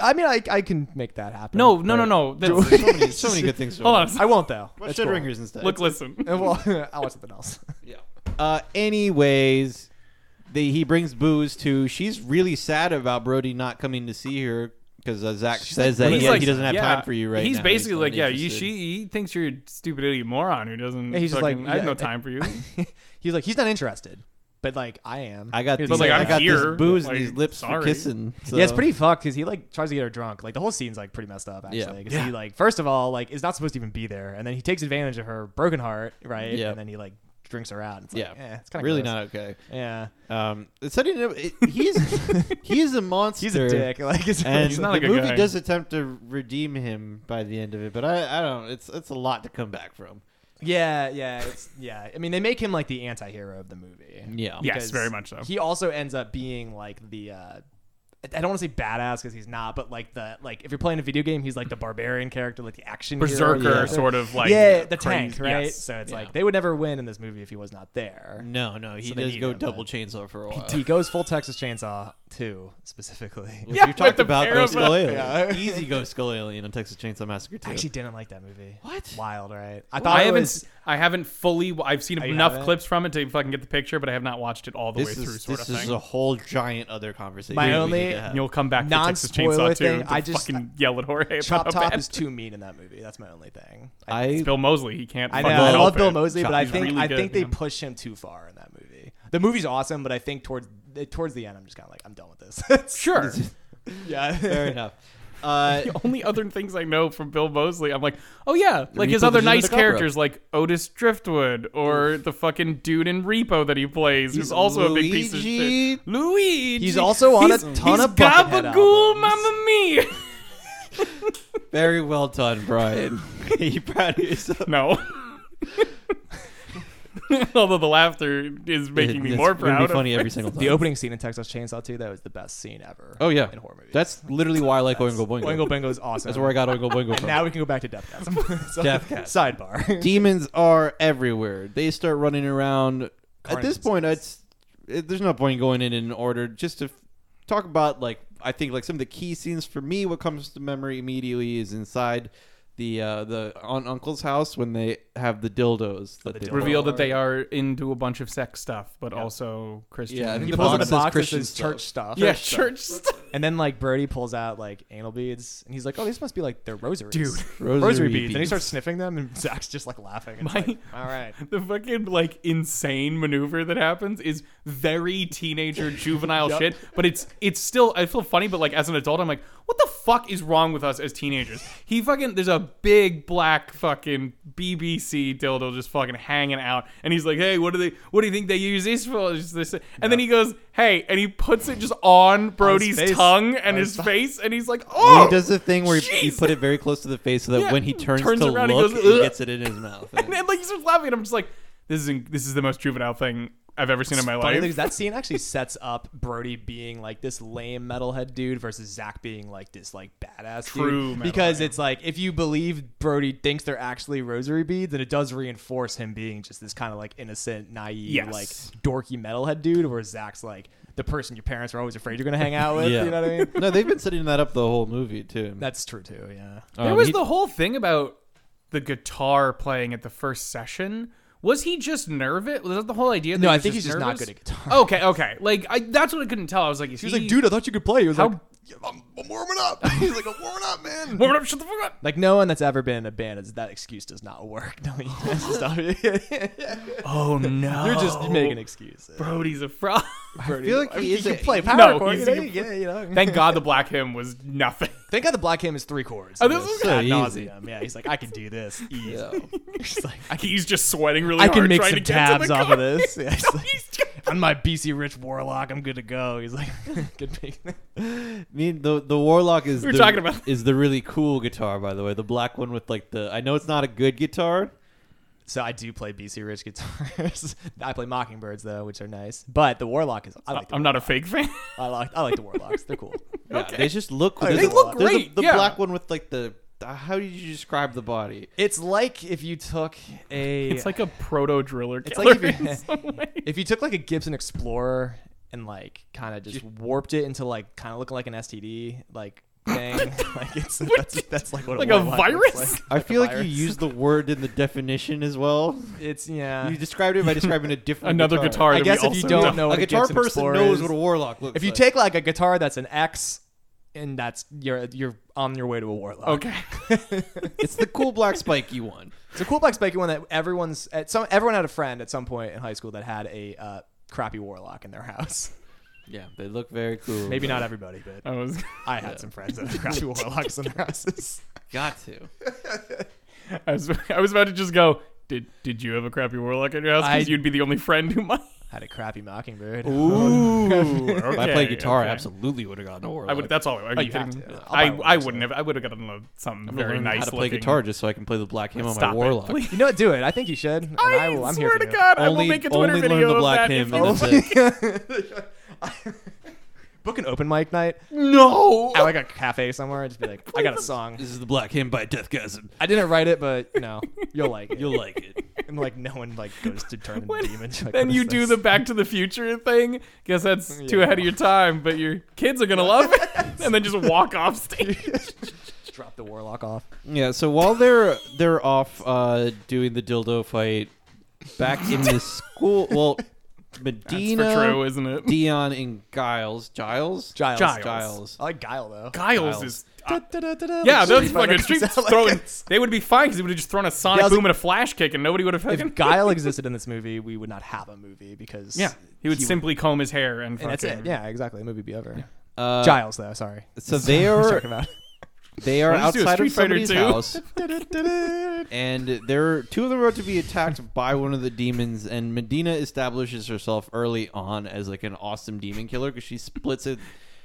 S3: I mean, I, I can make that happen.
S1: no, no, no,
S3: but-
S1: no. That's,
S2: so many, so many good things. to
S1: hold on.
S2: watch.
S3: I won't though.
S2: Watch
S3: It's
S2: Dead
S3: cool.
S2: Ringers instead.
S1: Look, listen.
S3: Uh, Well, I'll watch something else.
S2: Uh, anyways, they, he brings booze to. She's really sad about Brody not coming to see her because uh, Zach says that
S1: He's
S2: he, has-
S1: like,
S2: he doesn't have
S1: yeah,
S2: time for you right
S1: He's
S2: now.
S1: basically
S2: not
S1: like, yeah, you,
S2: interested.
S1: she he thinks you're a stupid idiot moron who doesn't.
S3: And he's just
S1: fucking-
S3: like,
S1: I have
S3: yeah,
S1: no
S3: it-
S1: time for you.
S3: He's like, he's not interested, but like I am.
S2: I got,
S3: He's
S2: these,
S1: But, like,
S2: I
S1: I'm
S2: got
S1: here.
S2: this booze
S1: Like,
S2: and these lips
S1: sorry.
S2: for kissing. So.
S3: Yeah, it's pretty fucked because he like tries to get her drunk. Like the whole scene's like pretty messed up actually.
S2: Yeah.
S3: 'Cause he like first of all like is not supposed to even be there, and then he takes advantage of her broken heart, right?
S2: Yeah.
S3: And then he like drinks her out. It's like,
S2: Yeah,
S3: eh, it's kind of
S2: really not okay.
S3: Yeah,
S2: Um, it's not even- it, he's he's a monster.
S3: he's a dick. Like it's
S2: And
S1: He's not a
S2: the
S1: good
S2: movie
S1: guy.
S2: does attempt to redeem him by the end of it, but I, I don't. It's it's a lot to come back from.
S3: yeah, yeah, it's, yeah. I mean, they make him like the anti-hero of the movie.
S2: Yeah,
S1: Yes,
S3: because
S1: very much so.
S3: He also ends up being like the. uh I don't want to say badass because he's not, but like the like if you're playing a video game, he's like the barbarian character, like the action hero
S1: Berserker,
S3: character.
S1: sort of like
S3: yeah, the
S1: crazy-
S3: tank, right?
S1: yes.
S3: So it's
S2: Yeah.
S3: like they would never win in this movie if he was not there.
S2: No, no, he
S3: So they
S2: does
S3: need
S2: go
S3: him,
S2: double
S3: but-
S2: chainsaw for a while.
S3: He goes full Texas Chainsaw too, specifically.
S2: Well,
S1: Yeah,
S2: you
S1: with
S2: talked
S1: the
S2: about
S1: pair
S2: Go
S1: of-
S2: Skull Alien.
S3: Yeah.
S2: Easy Go Skull Alien on Texas Chainsaw Massacre 2.
S3: I actually didn't like that movie.
S2: What?
S3: Wild, right? I thought
S1: I
S3: it
S1: haven't,
S3: was-
S1: I haven't fully. I've seen
S3: Oh, you
S1: enough
S3: haven't?
S1: clips from it to fucking get the picture, but I have not watched it all the
S2: this
S1: way
S2: is,
S1: through. Sort
S2: this
S1: of
S2: is
S1: thing.
S2: a whole giant other conversation.
S3: My
S2: we could
S3: only-
S2: have.
S1: You'll come back to Texas
S3: Non-spoiler
S1: Chainsaw
S3: thing,
S1: too.
S3: I just- uh,
S1: fucking yell at Jorge.
S3: Chop
S1: about
S3: Top
S1: that.
S3: is too mean in that movie. That's my only thing. I,
S2: I,
S1: Bill Mosley. He can't.
S3: I know.
S1: fucking
S3: I
S1: help
S3: love Bill
S1: it.
S3: Mosley, but I
S1: He's
S3: think
S1: really
S3: I
S1: good,
S3: think they
S1: man.
S3: push him too far in that movie. The movie's awesome, but I think towards eh, towards the end, I'm just kind of like, I'm done with this. It's-
S1: Sure.
S3: yeah.
S2: fair enough. Uh,
S1: the only other things I know from Bill Mosley, I'm like, oh yeah, like his
S2: Repo
S1: other
S2: the
S1: nice
S2: Gentleman Cobra.
S1: characters, like Otis Driftwood or the fucking dude in Repo that he plays, who's also a big piece of
S2: Luigi.
S1: shit. Luigi.
S3: He's also on a
S1: He's-
S3: ton
S1: he's
S3: of Buckethead
S1: Gabagool,
S3: albums.
S1: Mamma Mia.
S2: very well done, Brian. Are you proud of yourself?
S1: no. Although the laughter is making me
S2: It's
S1: more
S2: gonna
S1: proud.
S2: Be funny every single time.
S3: The opening scene in Texas Chainsaw 2, that was the best scene ever.
S2: oh yeah,
S3: in horror movies.
S2: That's literally why I like Oingo Boingo.
S3: Oingo Bingo is awesome.
S2: That's where I got Oingo Boingo from.
S3: Now we can go back to Death Chasm. so,
S2: Death Chasm.
S3: Sidebar.
S2: demons are everywhere. They start running around. At
S3: Carnage
S2: this
S3: and
S2: point, it's it, there's no point in going in in order. Just to f- talk about like I think like some of the key scenes for me. What comes to memory immediately is inside the uh, the on uncle's house when they have the dildos that
S3: Oh, the
S2: they
S3: dildo.
S1: Reveal that they are into a bunch of sex stuff, but also Christian.
S2: Yeah, I think
S3: He
S2: the
S3: pulls out
S2: box
S3: a
S2: says
S3: box that
S2: Christian
S3: says
S2: stuff.
S3: church stuff.
S1: yeah, church stuff.
S3: And then like Brody pulls out like anal beads, and he's like, "Oh, these must be like their rosaries,
S1: Dude.
S3: rosary,
S2: Rosary
S3: beads. And he
S2: beads.
S3: starts sniffing them, and Zach's just like laughing. It's
S1: My-
S3: like, All right,
S1: the fucking like insane maneuver that happens is very teenager juvenile
S3: Yup.
S1: shit but it's it's still i feel funny but like as an adult i'm like what the fuck is wrong with us as teenagers he fucking there's a big black fucking bbc dildo just fucking hanging out and he's like hey what do they what do you think they use this for Is this and then he goes hey and he puts it just on brody's
S3: face.
S1: tongue and
S3: On his
S1: his
S3: tongue.
S1: face and he's like oh
S2: he does the thing where he, he
S1: jeez.
S2: put it very close to the face so that
S1: Yeah,
S2: when he turns,
S1: turns
S2: to
S1: around, he
S2: look,
S1: goes,
S2: he,
S1: "Ugh."
S2: gets it in his mouth.
S1: and, then, like he starts laughing and i'm just like this is this is the most juvenile thing i've ever seen in my
S3: Funny
S1: life
S3: thing is that scene actually sets up Brody being like this lame metalhead dude versus Zach being like this like badass
S1: True
S3: dude. Because
S1: metalhead.
S3: it's like if you believe Brody thinks they're actually rosary beads, then it does reinforce him being just this kind of like innocent, naive,
S1: Yes.
S3: like dorky metalhead dude, whereas Zach's like the person your parents are always afraid you're gonna hang out with. You know what I mean?
S2: no, they've been setting that up the whole movie too.
S3: That's true too, yeah.
S1: There
S2: Um,
S1: was
S2: he-
S1: the whole thing about the guitar playing at the first session. Was he just nervous? Was that the whole idea? That
S3: No,
S1: he
S3: I
S1: was
S3: think he's just not
S1: nervous?
S3: good at guitar.
S1: Okay, okay. Like I, that's what I couldn't tell. I was like, is
S3: He was
S1: he
S3: like, dude, I thought you could play. He was
S1: How-
S3: like, "Yeah, I'm, I'm warming up. He's like, I'm warming up, man.
S1: warm it up, shut the fuck up.
S3: Like no one that's ever been in a band is that excuse does not work. No, you stop. You're
S1: Oh no,
S3: just making excuses.
S1: Brody's a fraud.
S3: I
S2: feel like he is
S3: you
S2: a-
S3: can play power
S1: No,
S3: chord. You
S1: he's-
S3: know,
S1: he
S3: you can, you know.
S1: Thank God the black hymn was nothing.
S3: Thank God the black hymn is three chords.
S1: Oh, this
S3: It's
S1: is
S2: so
S3: ad
S2: easy.
S3: nauseam. Yeah, he's like, I can do this. Easy. He's like, I can,
S1: He's just sweating really
S3: I
S1: hard.
S3: can make
S1: trying
S3: some
S1: to get to the
S3: tabs off of
S1: chorus.
S3: this. Yeah, he's like,
S1: He's just-
S3: I'm my BC Rich Warlock. I'm good to go. He's like, good pick.
S2: I mean, the the warlock is
S1: We were
S2: the,
S1: talking about-
S2: is the really cool guitar, by the way, the black one with like the. I know it's not a good guitar.
S3: So I do play BC Rich guitars. I play Mockingbirds though, which are nice. But the Warlock is. I like. The
S1: I'm not a fake fan.
S3: I like I like the warlocks. They're cool.
S2: Yeah, they just look.
S3: they
S2: there's a-
S1: look
S2: there's a-
S1: great,
S2: the
S1: yeah.
S2: black one with like the uh, how did you describe the body?
S3: It's like if you took a.
S1: It's like a proto driller
S3: It's
S1: killer
S3: like if you-
S1: in some way.
S3: if you took like a Gibson Explorer and like kind of just warped it into like kind of looking like an STD like thing, like it's that's, that's like what it
S1: Like a
S3: looked like. It's
S1: virus?
S3: like-
S2: I feel
S3: a
S2: like you
S3: virus.
S2: used the word in the definition as well.
S3: It's yeah.
S2: You described it by describing a different
S1: Another guitar.
S3: I
S1: that we
S3: guess if you
S1: also
S3: don't
S1: know.
S3: know,
S2: A
S3: what
S2: guitar
S3: Gibson
S2: person
S3: Explorer
S2: knows
S3: is-
S2: what a warlock looks.
S3: if you
S2: like.
S3: take like a guitar that's an X, and that's you're you're on your way to a warlock.
S1: Okay.
S2: it's the cool black spiky one.
S3: It's a cool black spiky one that everyone's at some everyone had a friend at some point in high school that had a uh, crappy warlock in their house.
S2: Yeah, they look very cool.
S3: Maybe not everybody, but
S1: I was
S3: I had some friends that had crappy warlocks in their houses.
S2: Got to.
S1: I was I was about to just go. Did did you have a crappy warlock at your house? Because
S3: I-
S1: you'd be the only friend who might.
S3: Had a crappy mockingbird. Um,
S1: Ooh.
S2: If I played guitar,
S1: okay.
S2: I absolutely would have gotten a warlock.
S1: I would. That's all. Are you
S3: you have
S1: kidding?
S3: to. I'll
S1: I
S3: buy one,
S1: I
S3: so.
S1: wouldn't have. I would have gotten a, something very
S2: learn
S1: nice
S2: how to play
S1: looking-
S2: guitar just so I can play the black hymn on
S1: Stop
S2: my
S1: it,
S2: warlock.
S1: please.
S3: You know what? Do it. I think you should. And
S1: I,
S3: will, I'm
S1: swear
S3: here
S1: to
S3: for you.
S1: God, I will
S2: Only,
S1: make a Twitter
S2: only learn
S1: video
S2: the
S1: of
S2: black
S1: that.
S2: hymn.
S1: if you-
S2: and that's it.
S3: Book an open mic night
S2: no,
S3: at like a cafe somewhere and just be like, I got a song.
S2: this is the black hymn by Death Cousin.
S3: I didn't write it, but you know, you'll like it.
S2: You'll like it.
S3: And like no one like goes to turn into
S1: When-
S3: demons. Like,
S1: Then
S3: what
S1: you
S3: is
S1: do
S3: this?
S1: the Back to the Future thing. Guess that's too
S3: Yeah.
S1: ahead of your time, but your kids are gonna love it. and then just walk off stage.
S3: drop the warlock off.
S2: Yeah. So while they're they're off uh, doing the dildo fight back in the school, well,
S1: That's
S2: Medina,
S1: for true, isn't it?
S2: Dion, and Giles, Giles,
S3: Giles.
S1: Giles.
S2: Giles.
S3: I like Guile though.
S1: Giles
S2: Giles.
S1: is. uh, yeah, those fucking street throwing. They would be fine because they would have just thrown a sonic
S3: Giles-
S1: boom and a flash kick, and nobody would have.
S3: If Guile existed in this movie, we would not have a movie because
S1: Yeah, he would simply comb his hair and,
S3: and that's
S1: fucking-
S3: it. Yeah, exactly. The movie would be over.
S2: Uh,
S3: Giles though, sorry.
S2: So they
S3: Talking
S2: are
S3: about.
S2: they are
S1: Why don't you do a
S2: outside
S1: Street
S2: of
S1: Fighter
S2: somebody's
S1: too?
S2: house, and they're two of them are about to be attacked by one of the demons. And Medina establishes herself early on as like an awesome demon killer because she splits a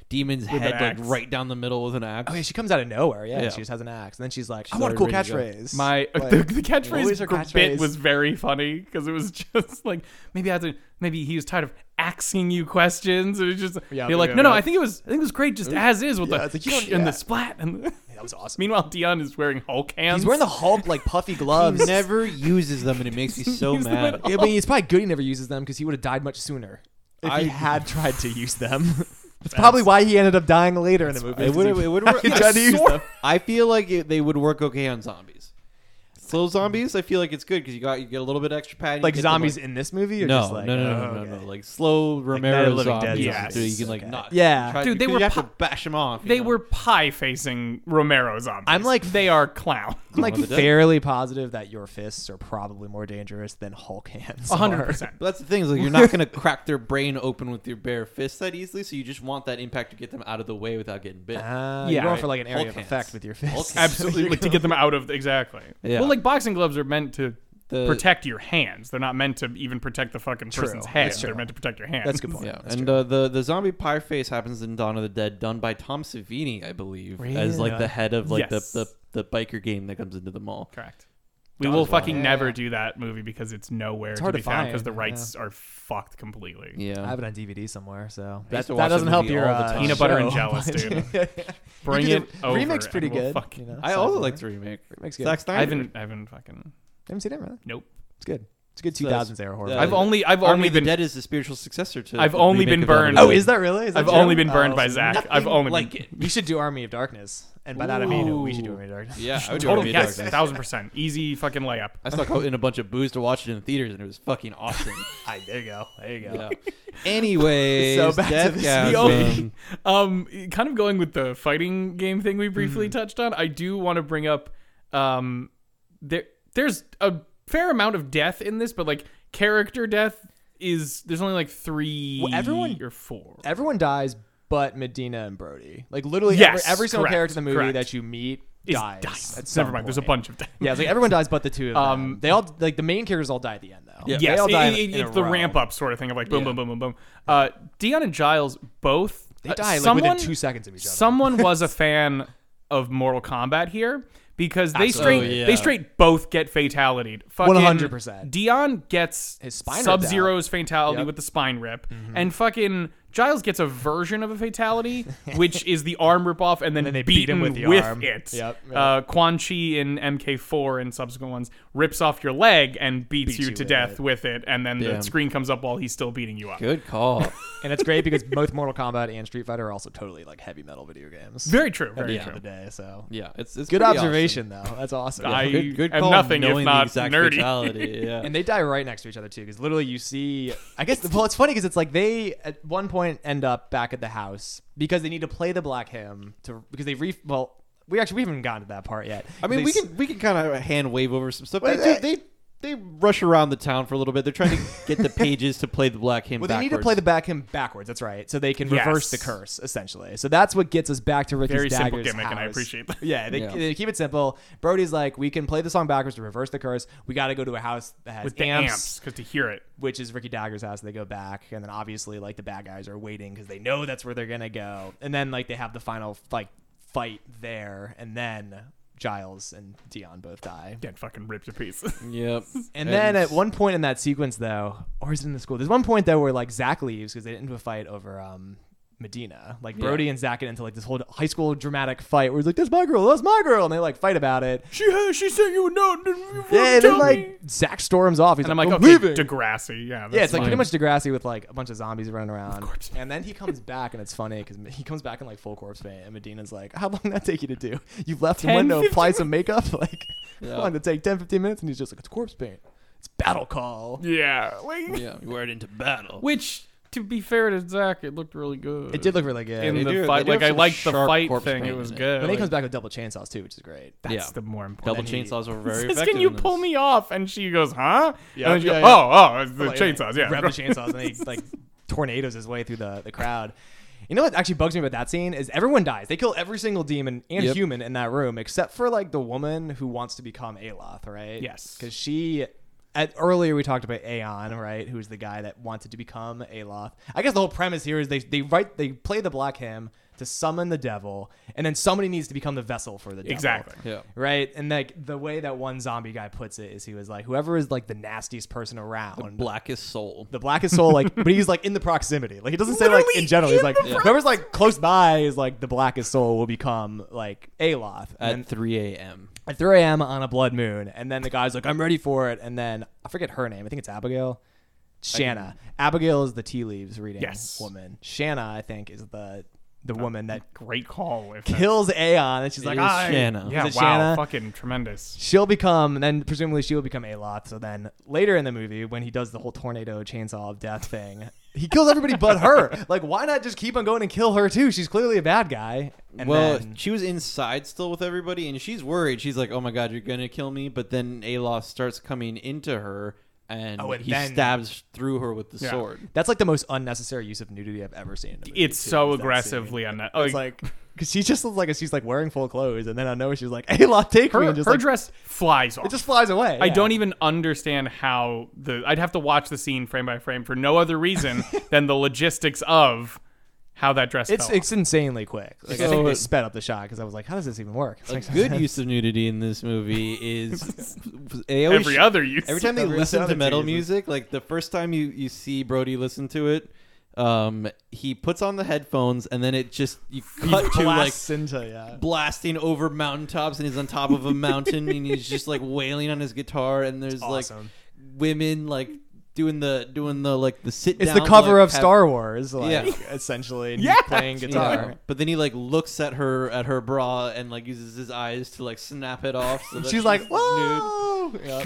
S2: demon's
S1: an
S2: head like
S1: axe.
S2: right down the middle with an axe.
S3: Oh yeah, she comes out of nowhere. Yeah,
S2: Yeah.
S3: she just has an axe, and then she's like, "I
S2: She's
S3: want a cool
S2: already ready
S3: catchphrase."
S1: My
S3: Like,
S1: the, the
S3: what was
S1: catchphrase,
S3: her
S1: gr-
S3: catchphrase?
S1: bit was very funny because it was just like maybe I had to, maybe he was tired of asking you questions. It was just
S3: Yeah,
S1: you're like
S3: yeah,
S1: no no
S3: yeah.
S1: I think it was I think it was great just as is with
S3: Yeah,
S1: the
S3: it's like, you don't-
S1: and
S3: yeah.
S1: the splat and the-
S3: that was awesome.
S1: meanwhile Dion is wearing Hulk hands.
S3: He's wearing the Hulk like puffy gloves.
S2: He never uses them, and it makes me so
S1: Use them
S2: mad.
S1: at
S3: Yeah, but it's probably good he never uses them because he would have died much sooner if
S2: I-
S3: he had tried to use them. That's probably why he ended up dying later in the movie.
S2: It would. It would.
S3: He tried to use
S2: I,
S3: them.
S2: feel like it, they would work okay on zombies. Slow zombies, I feel like it's good because you got you get a little bit extra padding.
S3: Like
S2: you get them,
S3: zombies in this movie, or
S2: no,
S3: just like,
S2: no, no, no,
S3: oh,
S2: no, no,
S3: okay.
S2: Like slow
S3: Night
S2: Romero
S3: of the Living
S2: zombies.
S1: Dead
S2: so you
S1: zombies.
S2: can like
S3: Okay.
S2: not.
S3: Yeah.
S2: try-
S1: Dude, they
S2: you
S1: were
S2: have to
S1: pu-
S2: bash them off. you
S1: they
S2: know?
S1: were pie facing Romero zombies.
S3: I'm like-
S1: they are clowns.
S3: I'm like
S2: Dawn of the Dead.
S3: fairly positive that your fists are probably more dangerous than Hulk hands.
S1: A hundred
S3: are.
S1: percent.
S2: But that's the thing is like you're not gonna crack their brain open with your bare fist that easily. So you just want that impact to get them out of the way without getting bit.
S3: Ah,
S1: Yeah.
S3: you're going for like an area
S2: Hulk
S3: of
S2: hands.
S3: effect with your
S2: Hulk
S3: fists.
S2: hands.
S1: Absolutely, like, to get them out of exactly.
S2: Yeah.
S1: Well, like boxing gloves are meant to
S2: The-
S1: protect your hands. They're not meant to even protect the fucking
S3: True.
S1: person's head.
S3: That's true.
S1: They're meant to protect your hands.
S3: That's a good point.
S2: Yeah,
S3: That's
S2: and
S3: true.
S2: uh, the the zombie pie face happens in Dawn of the Dead, done by Tom Savini, I believe, as like the
S3: Really?
S2: head of like
S1: Yes.
S2: the, the the biker gang that comes into the mall.
S1: Correct. We will
S2: as well.
S1: fucking
S3: Yeah,
S1: never
S3: yeah.
S1: do that movie because it's nowhere to
S3: hard
S1: be
S3: to
S1: found because
S3: find,
S1: the rights are fucked completely.
S2: Yeah,
S3: I have it on DVD somewhere, so
S2: I used
S3: that,
S2: to
S3: that
S2: watch that
S3: doesn't help
S2: movie
S3: your
S2: all the
S3: uh,
S2: time.
S1: Peanut butter and
S3: show,
S1: jealous,
S3: but-
S1: dude.
S3: You
S1: Bring
S3: do-
S1: it over.
S3: Remake's
S1: and
S3: pretty
S1: we'll
S3: good.
S1: fuck-
S3: you know,
S2: I
S3: so-
S2: also like the remake.
S3: Remake's good.
S2: Zack Snyder.
S1: I haven't. I haven't fucking.
S3: I haven't seen it really.
S1: Nope.
S3: It's good. It's a good
S2: So
S3: 2000s era horror.
S2: yeah.
S1: I've only. I've
S2: Army
S1: only
S2: of the
S1: been.
S2: Dead is the spiritual successor to.
S1: I've
S2: the
S1: only
S2: remake
S1: been
S2: of Army of
S1: burned.
S2: the
S3: oh,
S2: Dead.
S3: is that really? Is that
S1: I've
S3: true?
S1: only been burned
S3: Oh,
S1: by
S3: so
S1: Zach.
S3: nothing
S1: I've only
S2: like
S1: been,
S2: it.
S3: We should do Army of Darkness, and by that I mean we should do
S2: Ooh.
S3: Army of Darkness.
S2: Yeah, I would do
S1: Totally
S2: Army of
S1: yes,
S2: Darkness.
S1: thousand percent easy fucking layup.
S2: I stuck out in a bunch of booze to watch it in theaters, and it was fucking awesome.
S3: I, there you go. There you go.
S2: yeah. Anyways,
S3: So back to E
S2: Death
S3: this
S2: Chasm.
S1: um kind of going with the fighting game thing we briefly
S3: Mm-hmm.
S1: touched on i do want to bring up um there there's a fair amount of death in this but like character death is there's only like three
S3: Well, everyone-
S1: or four
S3: Everyone dies, but Medina and Brody. Like literally,
S1: Yes,
S3: every, every single
S1: correct,
S3: character in the movie
S1: correct.
S3: that you meet
S1: Is
S3: dies.
S1: dice.
S3: at some
S1: never mind there's a
S3: point.
S1: bunch of death
S3: Yeah, it's like everyone dies but the two of them.
S1: Um,
S3: they all like the main characters all die at the end though.
S2: Yeah.
S3: They
S1: Yes,
S3: all
S1: it- it-
S3: die in a- in
S1: it's
S3: a
S1: the
S3: row.
S1: ramp up sort of thing of like boom,
S2: Yeah.
S1: boom, boom, boom, boom. Uh, Dion and Giles both
S3: They
S1: uh,
S3: die like
S1: someone,
S3: within two seconds of each other.
S1: Someone was a fan of Mortal Kombat here because they
S3: Absolutely.
S1: straight
S2: Oh, yeah.
S1: they straight both get fatality.
S3: 100%.
S1: Dion gets
S3: His spine ripped
S1: Sub Zero's fatality
S3: Yep. Mm-hmm.
S1: with the spine rip, and fucking Giles gets a version of a fatality, which is the arm ripoff, and then,
S3: then they beat
S1: beaten
S3: him with the arm.
S1: it.
S3: Yep, yep.
S1: Uh, Quan Chi in MK4 and subsequent ones rips off your leg and beats, you,
S3: you
S1: to
S3: with
S1: death
S3: it.
S1: with it, and then
S2: Damn.
S1: the screen comes up while he's still beating you up.
S2: Good call.
S3: and it's great because both Mortal Kombat and Street Fighter are also totally like heavy metal video games.
S1: Very true. Very
S3: At the end
S1: true.
S3: of the day, so
S2: yeah, it's, it's
S3: good
S2: pretty
S3: observation though. That's awesome.
S1: I-
S2: awesome. Good, good
S1: am
S2: call.
S1: nothing if
S2: knowing the
S1: not
S2: exact
S1: nerdy.
S2: fatality, Yeah.
S3: And they die right next to each other too, because literally you see. I guess well, it's funny because it's like they at one point end up back at the house because they need to play the Black Hymn to because they re well. We actually we haven't gotten to that part yet.
S2: I mean,
S3: They
S2: we
S3: s-
S2: can we can kind of hand wave over some stuff. They,
S3: Well,
S2: do,
S3: they-
S2: they they rush around the town for a little bit. They're trying to get the pages to play the black hymn.
S3: Well, they
S2: backwards.
S3: need to play the back him backwards. That's right, so they can
S1: Yes.
S3: reverse the curse essentially. So that's what gets us back to Ricky's
S1: Very simple
S3: Dagger's
S1: gimmick, and I
S3: house.
S1: appreciate that.
S3: Yeah they,
S2: Yeah.
S3: they keep it simple. Brody's like, we can play the song backwards to reverse the curse. We got to go to a house that has
S1: With the amps, because to hear it.
S3: which is Ricky Dagger's house. They go back, and then obviously like the bad guys are waiting because they know that's where they're gonna go. And then like they have the final like fight there, and then Giles and Dion both die.
S1: Get fucking ripped to pieces.
S2: Yep.
S3: And then at one point in that sequence though, or is it in the school? There's one point though where like Zach leaves because they didn't into a fight over um. Medina, like Brody and Zach get into like this whole high school dramatic fight where he's like, "That's my girl, that's my girl," and they like fight about it.
S1: she has, she sent you a note.
S3: Yeah, and then like Zach storms off. He's
S1: and I'm like,
S3: "I'm
S1: okay,
S3: leaving."
S1: Degrassi. Yeah,
S3: Yeah, it's
S1: that's
S3: like pretty
S2: fine.
S3: much Degrassi with like a bunch of zombies running around. And then he comes back, and it's funny because he comes back in like full corpse paint, and Medina's like, "How long did that take you to do? You left
S1: 10,
S3: one to
S1: 15
S3: apply some makeup, like
S2: Yeah.
S3: I wanted to take 10, 15 minutes?" And he's just like, "It's corpse paint. It's battle call."
S1: yeah. Like,
S2: yeah, you wear it into battle.
S1: Which, to be fair to Zach, it looked really good.
S3: It did look really good.
S1: in
S2: They
S1: the
S2: do- they
S1: fight.
S2: do have
S1: Like I
S2: some
S1: liked the
S2: sharp
S1: fight
S2: corpse
S1: thing.
S2: paint
S1: It was
S2: in it.
S1: good.
S3: but then he
S1: Like,
S3: comes back with double chainsaws too, which is great.
S1: that's
S2: Yeah.
S1: the more important.
S2: double
S3: then he-
S2: chainsaws were very
S1: Says,
S2: effective.
S1: can you
S2: in
S1: pull
S2: this.
S1: me off? And she goes, huh?
S3: Yeah,
S1: and then she
S3: yeah,
S1: goes,
S3: yeah.
S1: oh, oh, it's the
S3: Like,
S1: chainsaws. Yeah,
S3: grab the chainsaws and he like tornadoes his way through the, the crowd. You know what actually bugs me about that scene is everyone dies. They kill every single demon and
S2: Yep.
S3: human in that room except for like the woman who wants to become Aloth, right?
S1: Yes.
S3: because she. At, earlier we talked about Aeon, right? Who's the guy that wanted to become Aloth? I guess the whole premise here is they they write they play the black hymn to summon the devil, and then somebody needs to become the vessel for the devil.
S1: Exactly.
S2: Yeah.
S3: Right, and like the way that one zombie guy puts it is he was like, whoever is like the nastiest person around,
S2: Blackest soul.
S3: the blackest soul, like, but he's like in the proximity. Like, he doesn't say like in
S1: Literally
S3: general. He's
S1: in
S3: like,
S1: the
S3: whoever's like close by is like the blackest soul will become like Aloth. And
S2: At
S3: then
S2: 3 a.m.
S3: at 3 a.m. on a blood moon. And then the guy's like, I'm ready for it. And then I forget her name. I think it's Abigail. Shanna. Abigail is the tea leaves reading
S1: Yes.
S3: woman. Shanna, I think, is the the woman that
S1: Great call. If that,
S3: kills Aeon. And she's like,
S2: Uh,
S3: "Ah,
S2: is
S3: I.
S2: Shanna.
S1: yeah, wow,
S3: Is it Shanna?
S1: fucking tremendous.
S3: She'll become, and then presumably she will become Aloth. So then later in the movie, when he does the whole tornado chainsaw of death thing, he kills everybody but her. Like, why not just keep on going and kill her too? She's clearly a bad guy. And
S2: well,
S3: then-
S2: she was inside still with everybody, and she's worried. She's like, "Oh my god, you're gonna kill me!" But then Aloth starts coming into her, and,
S3: Oh, and
S2: he
S3: then-
S2: stabs through her with the
S1: Yeah.
S2: sword.
S3: that's like the most unnecessary use of nudity I've ever seen. in a movie,
S1: It's
S3: too,
S1: so
S3: is that scene.
S1: aggressively on that.
S3: It's like because she just looks like she's like wearing full clothes, and then I know she's like Aloth, take me,
S1: her,
S3: and just
S1: her
S3: like,
S1: dress flies off.
S3: it just flies away.
S1: I
S3: yeah.
S1: don't even understand how the. I'd have to watch the scene frame by frame for no other reason than the logistics of how that dress.
S3: It's
S1: fell off.
S3: it's insanely quick. Like, I
S2: So-
S3: think they sped up the shot because I was like, how does this even work? It's
S2: A
S3: like-
S2: good use of nudity in this movie is they always
S1: every other use.
S2: every time they
S3: Every
S2: listen
S3: other
S2: to metal
S3: tease is-
S2: music, like the first time you you see Brody listen to it, um, he puts on the headphones, and then it just you cut to like
S3: blasts into yeah.
S2: blasting over mountaintops and he's on top of a mountain and he's just like wailing on his guitar and there's
S3: awesome.
S2: like women like doing the doing the like the sit
S3: It's the
S2: down,
S3: cover
S2: like,
S3: of
S2: have-
S3: Star Wars, like
S2: Yeah.
S3: essentially, and he's
S1: Yeah.
S3: playing
S2: you
S3: guitar.
S2: know. but then he like looks at her at her bra and like uses his eyes to like snap it off so that
S3: She's, like,
S2: nude.
S3: "Whoa!" Yeah.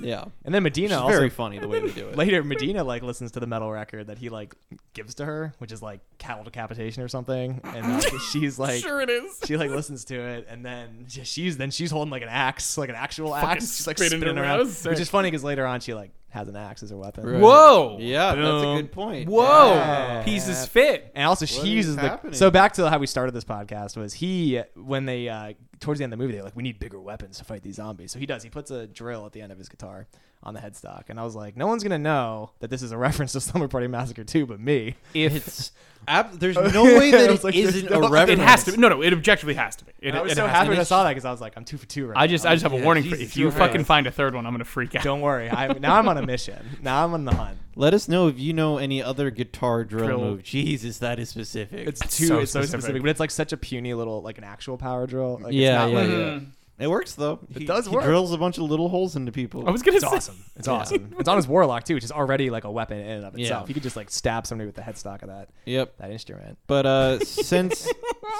S2: yeah
S3: And then Medina
S2: it's
S3: also
S2: very funny the way they do it
S3: later Medina like listens to the metal record that he like gives to her, which is like cattle decapitation or something, and like, she's like.
S1: sure it is.
S3: She like listens to it, and then she- she's then she's holding like an axe, like an actual axe. She's like
S1: spinning
S3: spinning
S1: around.
S3: around,
S1: Sick.
S3: which is funny because later on she like has an axe as her weapon.
S2: Right.
S1: Whoa.
S2: yeah that's a
S3: Boom.
S2: good point
S1: Whoa.
S3: Yeah.
S1: Pieces fit.
S3: And also, she
S2: What is
S3: uses the.
S2: happening?
S3: So back to how we started this podcast was he when they uh, towards the end of the movie they're like we need bigger weapons to fight these zombies. So he does. He puts a drill at the end of his guitar on the headstock. And I was like, no one's gonna know that this is a reference to Slumber Party Massacre 2 but me.
S2: It's ab- there's no way that
S3: I
S2: it
S3: was like, there's
S2: isn't
S3: no-
S2: a
S3: it
S2: reference.
S1: It has to. Be, no, no. It objectively has to be. It,
S3: And I was
S1: it
S3: so
S1: has to
S3: happy
S1: be.
S3: when I saw that because I was like, I'm two for two right
S1: I just,
S3: now.
S1: I just have a
S2: Yeah,
S1: warning for you.
S2: Jesus
S1: If you
S2: Christ.
S1: fucking find a third one, I'm gonna freak out.
S3: Don't worry. I, now I'm on a mission. Now I'm on the hunt.
S2: Let us know if you know any other guitar drill,
S1: Drill.
S2: move. Jesus, that is specific.
S3: It's
S1: That's
S3: too
S1: so
S3: it's so
S1: specific.
S3: specific. but it's like such a puny little like an actual power drill. Like,
S2: Yeah,
S3: it's
S2: yeah,
S3: like-
S1: Mm-hmm.
S2: yeah. Mm-hmm. it works though. It
S3: does work.
S2: He drills a bunch of little holes into people.
S1: I was gonna
S3: It's
S1: say.
S3: awesome. It's awesome. It's on his warlock too, which is already like a weapon in and of
S2: Yeah.
S3: itself. You could just like stab somebody with the headstock of that
S2: Yep.
S3: that instrument.
S2: But uh, since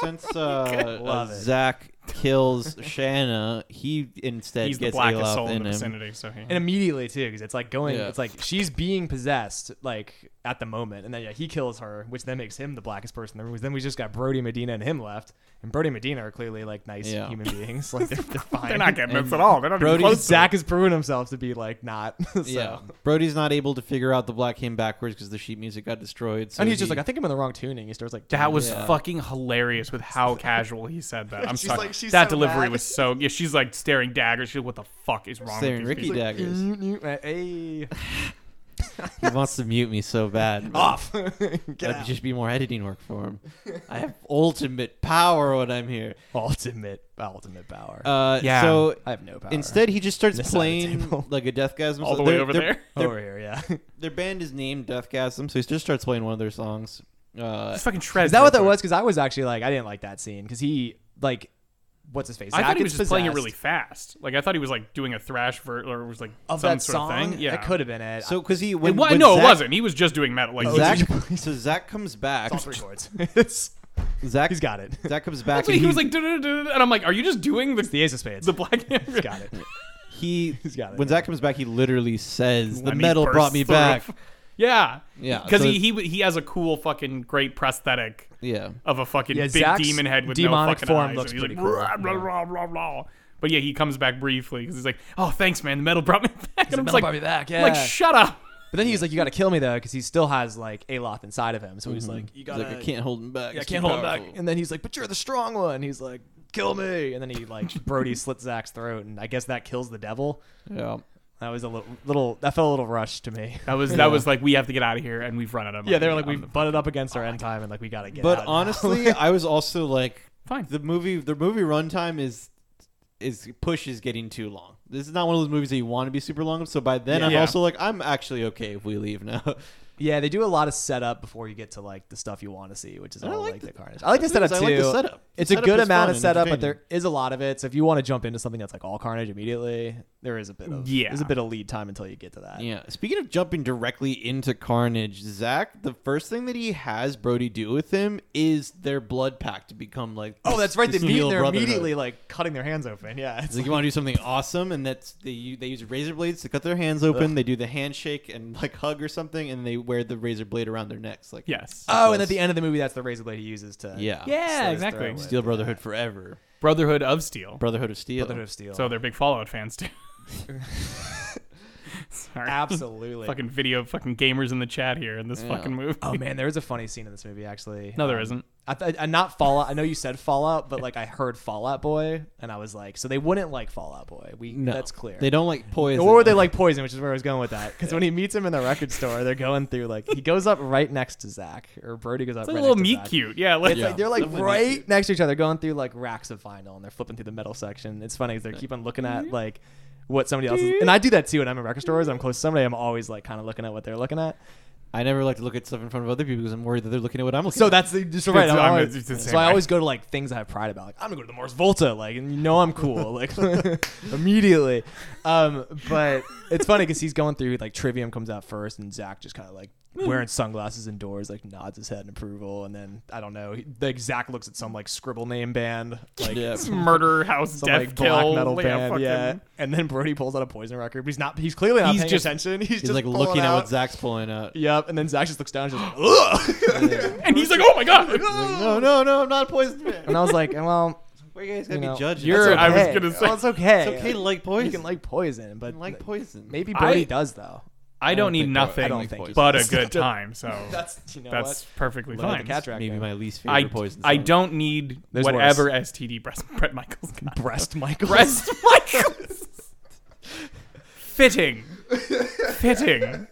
S2: since uh,
S3: Love
S2: uh,
S3: it.
S2: Zach kills Shanna, he instead
S1: He's the
S2: gets
S1: blackest
S2: Alok
S1: soul in
S2: in
S1: the
S2: him.
S1: vicinity. So he.
S3: And immediately too, because it's like going,
S2: Yeah.
S3: it's like she's being possessed like at the moment, and then yeah, he kills her, which then makes him the blackest person in the room. 'cause Then we just got Brody Medina and him left, and Brody Medina are clearly like nice
S2: Yeah.
S3: human beings, like they're, they're fine.
S1: They're not getting
S2: And
S1: this at all. They're not even
S2: Brody
S1: close. to
S3: Zach has proven himself to be like not. so.
S2: Yeah, Brody's not able to figure out the black came backwards because the sheet music got destroyed. So
S3: And he's just
S2: he-
S3: like, I think I'm in the wrong tuning. He starts like,
S1: That was
S2: Yeah.
S1: fucking hilarious with how casual he said that. I'm
S3: She's
S1: sorry.
S3: like- she's
S1: that
S3: so
S1: delivery
S3: mad.
S1: was so. Yeah, she's like staring daggers. She's like, what the fuck is wrong
S2: Staring
S1: with these
S2: Ricky
S1: people?
S3: like,
S2: daggers.
S3: "Mm, mm, uh, hey,
S2: he wants to mute me so bad. but
S3: off, get
S2: That'd
S3: out.
S2: just be more editing work for him. I have ultimate power when I'm here.
S3: ultimate, ultimate power.
S2: Uh,
S1: Yeah.
S2: So
S3: I have no power.
S2: instead, he just starts
S3: This side of the
S2: playing
S3: table.
S2: like a Deathgasm.
S1: All the
S2: song.
S1: way
S2: Their-
S1: over
S2: their-
S1: there.
S2: Their,
S3: over here, yeah.
S2: their band is named Deathgasm, so he just starts playing one of their songs. Uh,
S1: Just fucking shreds.
S3: Is that what that
S1: real
S3: was? Because I was actually like, I didn't like that scene because he like, what's his face?
S1: quick. I thought
S3: Zach
S1: he was
S3: gets
S1: just playing it
S3: possessed
S1: really fast. Like I thought he was like doing a thrash vert or it was like
S3: of
S1: some
S3: that
S1: sort
S3: song.
S1: of thing. Yeah,
S3: that could have been it.
S2: so because he
S1: It
S2: when,
S1: wa-
S2: when
S1: no,
S2: Zach,
S1: it wasn't. He was just doing metal.
S3: Oh,
S1: Like
S2: Zach, so Zach comes back.
S3: It's all three chords. It's-
S2: Zach,
S3: He's got it.
S2: Zach comes back.
S1: That's what
S2: and
S1: he was like, "Du-du-du-du-du," and I'm like, are you just doing
S3: It's
S1: the
S3: the Ace of Spades.
S1: the black?
S3: He's got it.
S2: He
S3: He's got it.
S2: when Zach comes back, he literally says, "The
S1: When he
S2: metal
S1: bursts
S2: brought me
S1: through.
S2: back."
S1: Yeah,
S2: Yeah,
S1: because
S2: so
S1: he, he he has a cool fucking great prosthetic.
S2: Yeah,
S1: of a fucking
S3: Yeah,
S1: big
S3: Zach's
S1: demon head with no
S3: demonic
S1: fucking
S3: form
S1: eyes.
S3: looks
S1: and he's like,
S3: pretty cool.
S1: "Rah, rah, rah, rah, rah." But yeah, he comes back briefly because he's like, "Oh, thanks, man. The metal brought me back." And I'm just like,
S3: back.
S1: I'm like, shut up.
S3: but then he's like, you got to kill me though, because he still has like Aloth inside of him. So
S1: Mm-hmm.
S3: he's like, you
S2: He's
S3: got
S2: like, I can't hold him back.
S3: Yeah, I
S2: It's
S3: can't
S2: too
S3: hold him back.
S2: powerful."
S3: And then he's like, but you're the strong one. He's like, kill me. And then he like Brody slits Zach's throat, and I guess that kills the devil.
S2: Yeah.
S3: That was a little, little that felt a little rushed to me.
S1: That was that was like, we have to get out of here, and we've run out of.
S3: Yeah, they were like,
S1: money.
S3: we've butted up against our end time, and like we gotta get.
S2: But
S3: out now."
S2: honestly, I was also like,
S1: Fine.
S2: The movie, the movie runtime is is push is getting too long. This is not one of those movies that you want to be super long. So by then, I'm
S1: Yeah.
S2: also like, I'm actually okay if we leave now.
S3: yeah, they do a lot of setup before you get to like the stuff you want to see, which is
S2: And I
S3: all
S2: like
S3: like
S2: the-
S3: the carnage. I like the
S2: that's what it
S3: setup
S2: is,
S3: too.
S2: I like the setup. The
S3: It's
S2: setup
S3: a good
S2: is
S3: amount
S2: fun
S3: of
S2: and
S3: setup, but
S2: entertaining.
S3: there is a lot of it. So if you want to jump into something that's like all carnage immediately, there is a bit of
S1: Yeah.
S3: There's a bit of lead time until you get to that.
S2: yeah. Speaking of jumping directly into Carnage, Zach, the first thing that he has Brody do with him is their blood pact to become like.
S3: Oh, that's right. They
S2: this
S3: meet,
S2: steel
S3: they're
S2: brotherhood.
S3: immediately like cutting their hands open. Yeah, it's
S2: It's like you want to do something awesome, and that's they u- they use razor blades to cut their hands open. They do the handshake and like hug or something, and they wear the razor blade around their necks. Like
S1: yes,
S3: Oh, and at the end of the movie, that's the razor blade he uses to.
S2: Yeah.
S1: Yeah,
S3: slit his
S1: exactly.
S3: throat with.
S2: Steel Brotherhood forever,
S1: Brotherhood of Steel.
S2: Brotherhood of Steel.
S3: Brotherhood of Steel.
S1: So they're big Fallout fans too. Sorry.
S3: absolutely.
S1: fucking video, fucking gamers in the chat here in this
S2: Yeah.
S1: fucking movie.
S3: oh man, there is a funny scene in this movie actually.
S1: No, there
S3: Um,
S1: isn't.
S3: I, th- I not Fallout. I know you said Fallout, but like I heard Fallout Boy, and I was like, so they wouldn't like Fallout Boy. We
S2: No,
S3: that's clear.
S2: They don't like poison.
S3: Or would they like Poison, which is where I was going with that. Because when he meets him in the record store, they're going through like he goes up right next to Zach, or Brody goes up.
S1: It's like
S3: right
S1: a little
S3: next to
S1: meet
S3: Zach.
S1: cute. Yeah,
S3: It's
S1: like,
S3: like they're like
S2: Definitely meet
S3: right next to each other, going through like racks of vinyl, and they're flipping through the metal section. It's funny 'cause they keep on looking at like what somebody else is, and I do that too. When I'm in record stores, I'm close to somebody, I'm always like kind of looking at what they're looking at.
S2: I never like to look at stuff in front of other people because I'm worried that they're looking at what I'm looking.
S3: So
S2: at.
S3: that's the, just right. I'm
S1: I'm-
S3: always-
S1: it's the same
S3: so I
S1: way.
S3: always go to like things I have pride about. Like I'm gonna go to the Mars Volta, like and you know I'm cool, like immediately. Um, but it's funny because he's going through like Trivium comes out first, and Zach just kind of like wearing sunglasses indoors, like nods his head in approval, and then I don't know, he, like Zach looks at some like scribble name band, like
S2: yeah.
S1: murder, house,
S3: some
S1: death,
S3: like
S1: kill,
S3: black metal
S1: like, a
S3: band,
S1: fucking-
S3: yeah. And then Brody pulls out a Poison record, but he's not. He's clearly not
S1: He's
S3: paying
S1: just-
S3: attention. He's,
S2: He's
S3: just
S2: like
S3: pulling
S2: looking at
S3: out.
S2: what Zach's pulling out.
S3: Yep, and then Zach just looks down and just ugh.
S1: And he's like, oh my god.
S2: Like, no, no, no! I'm not a poison
S3: and
S2: fan.
S3: I was like, well.
S2: Why you guys gonna
S3: You know,
S2: be judging?
S1: you're-
S2: That's
S1: I was
S2: okay.
S1: gonna say-
S3: well, it's okay.
S2: It's okay to like
S3: You
S2: poison.
S3: can like poison, but
S2: I like poison.
S3: maybe
S1: I-
S3: Brody does though.
S1: I don't need
S2: think-
S1: nothing
S2: I
S3: don't think-
S1: but a
S3: That's-
S1: good time. So that's,
S3: That's you know
S1: perfectly
S3: what. Look at
S1: fine.
S3: the cataract.
S2: maybe
S3: man.
S2: my least
S1: I,
S2: favorite poison.
S1: I
S2: song.
S1: don't need
S3: There's
S1: whatever STD breast Brett Michaels got.
S3: breast, Michael.
S1: breast Michaels. Fitting. Fitting.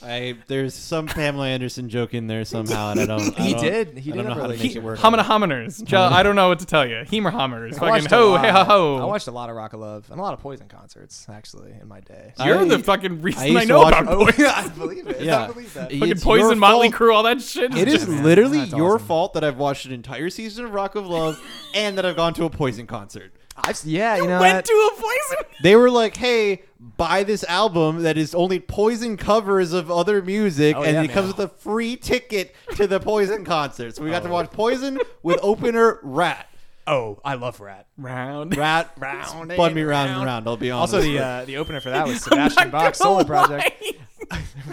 S2: I there's some Pamela Anderson joke in there somehow, and I don't. I
S3: He
S2: don't-
S3: did. He
S2: I
S3: did
S2: don't know
S3: have a
S2: how to make it
S3: relationship.
S2: work.
S1: Homina hominers. Jo- I don't know what to tell you. Hemer hominers.
S3: I watched
S1: Fucking
S3: a
S1: ho,
S3: lot-
S1: hey ho ho.
S3: I watched a lot of Rock of Love and a lot of Poison concerts actually in my day.
S1: You're
S2: I-
S1: the fucking reason
S2: used
S1: I,
S2: to
S1: know
S2: watch-
S1: about
S2: Oh,
S1: Poison.
S3: I believe it.
S2: Yeah,
S3: I believe that.
S1: Fucking
S2: It's your
S1: Poison, Motley
S2: fault.
S1: Crue, all that shit.
S2: It is
S3: Man,
S2: literally
S3: that's
S2: your
S3: awesome.
S2: fault that I've watched an entire season of Rock of Love and that I've gone to a Poison concert.
S3: I've, yeah, you know.
S1: Went
S3: that-
S1: to a Poison.
S2: They were like, "Hey, buy this album that is only Poison covers of other music,
S3: Oh,
S2: and
S3: yeah,
S2: it
S3: man.
S2: comes with a free ticket to the Poison concert." So we got to watch Poison with opener Rat,
S3: oh, I love Rat.
S1: Round.
S2: Rat,
S3: Round
S2: spun
S3: and
S2: me round and
S1: round.
S2: round. I'll be honest.
S3: Also, the
S2: with
S3: uh, the opener for that was
S1: Oh. I'm not
S3: Sebastian Bach
S1: gonna
S3: solo
S1: lie.
S3: project.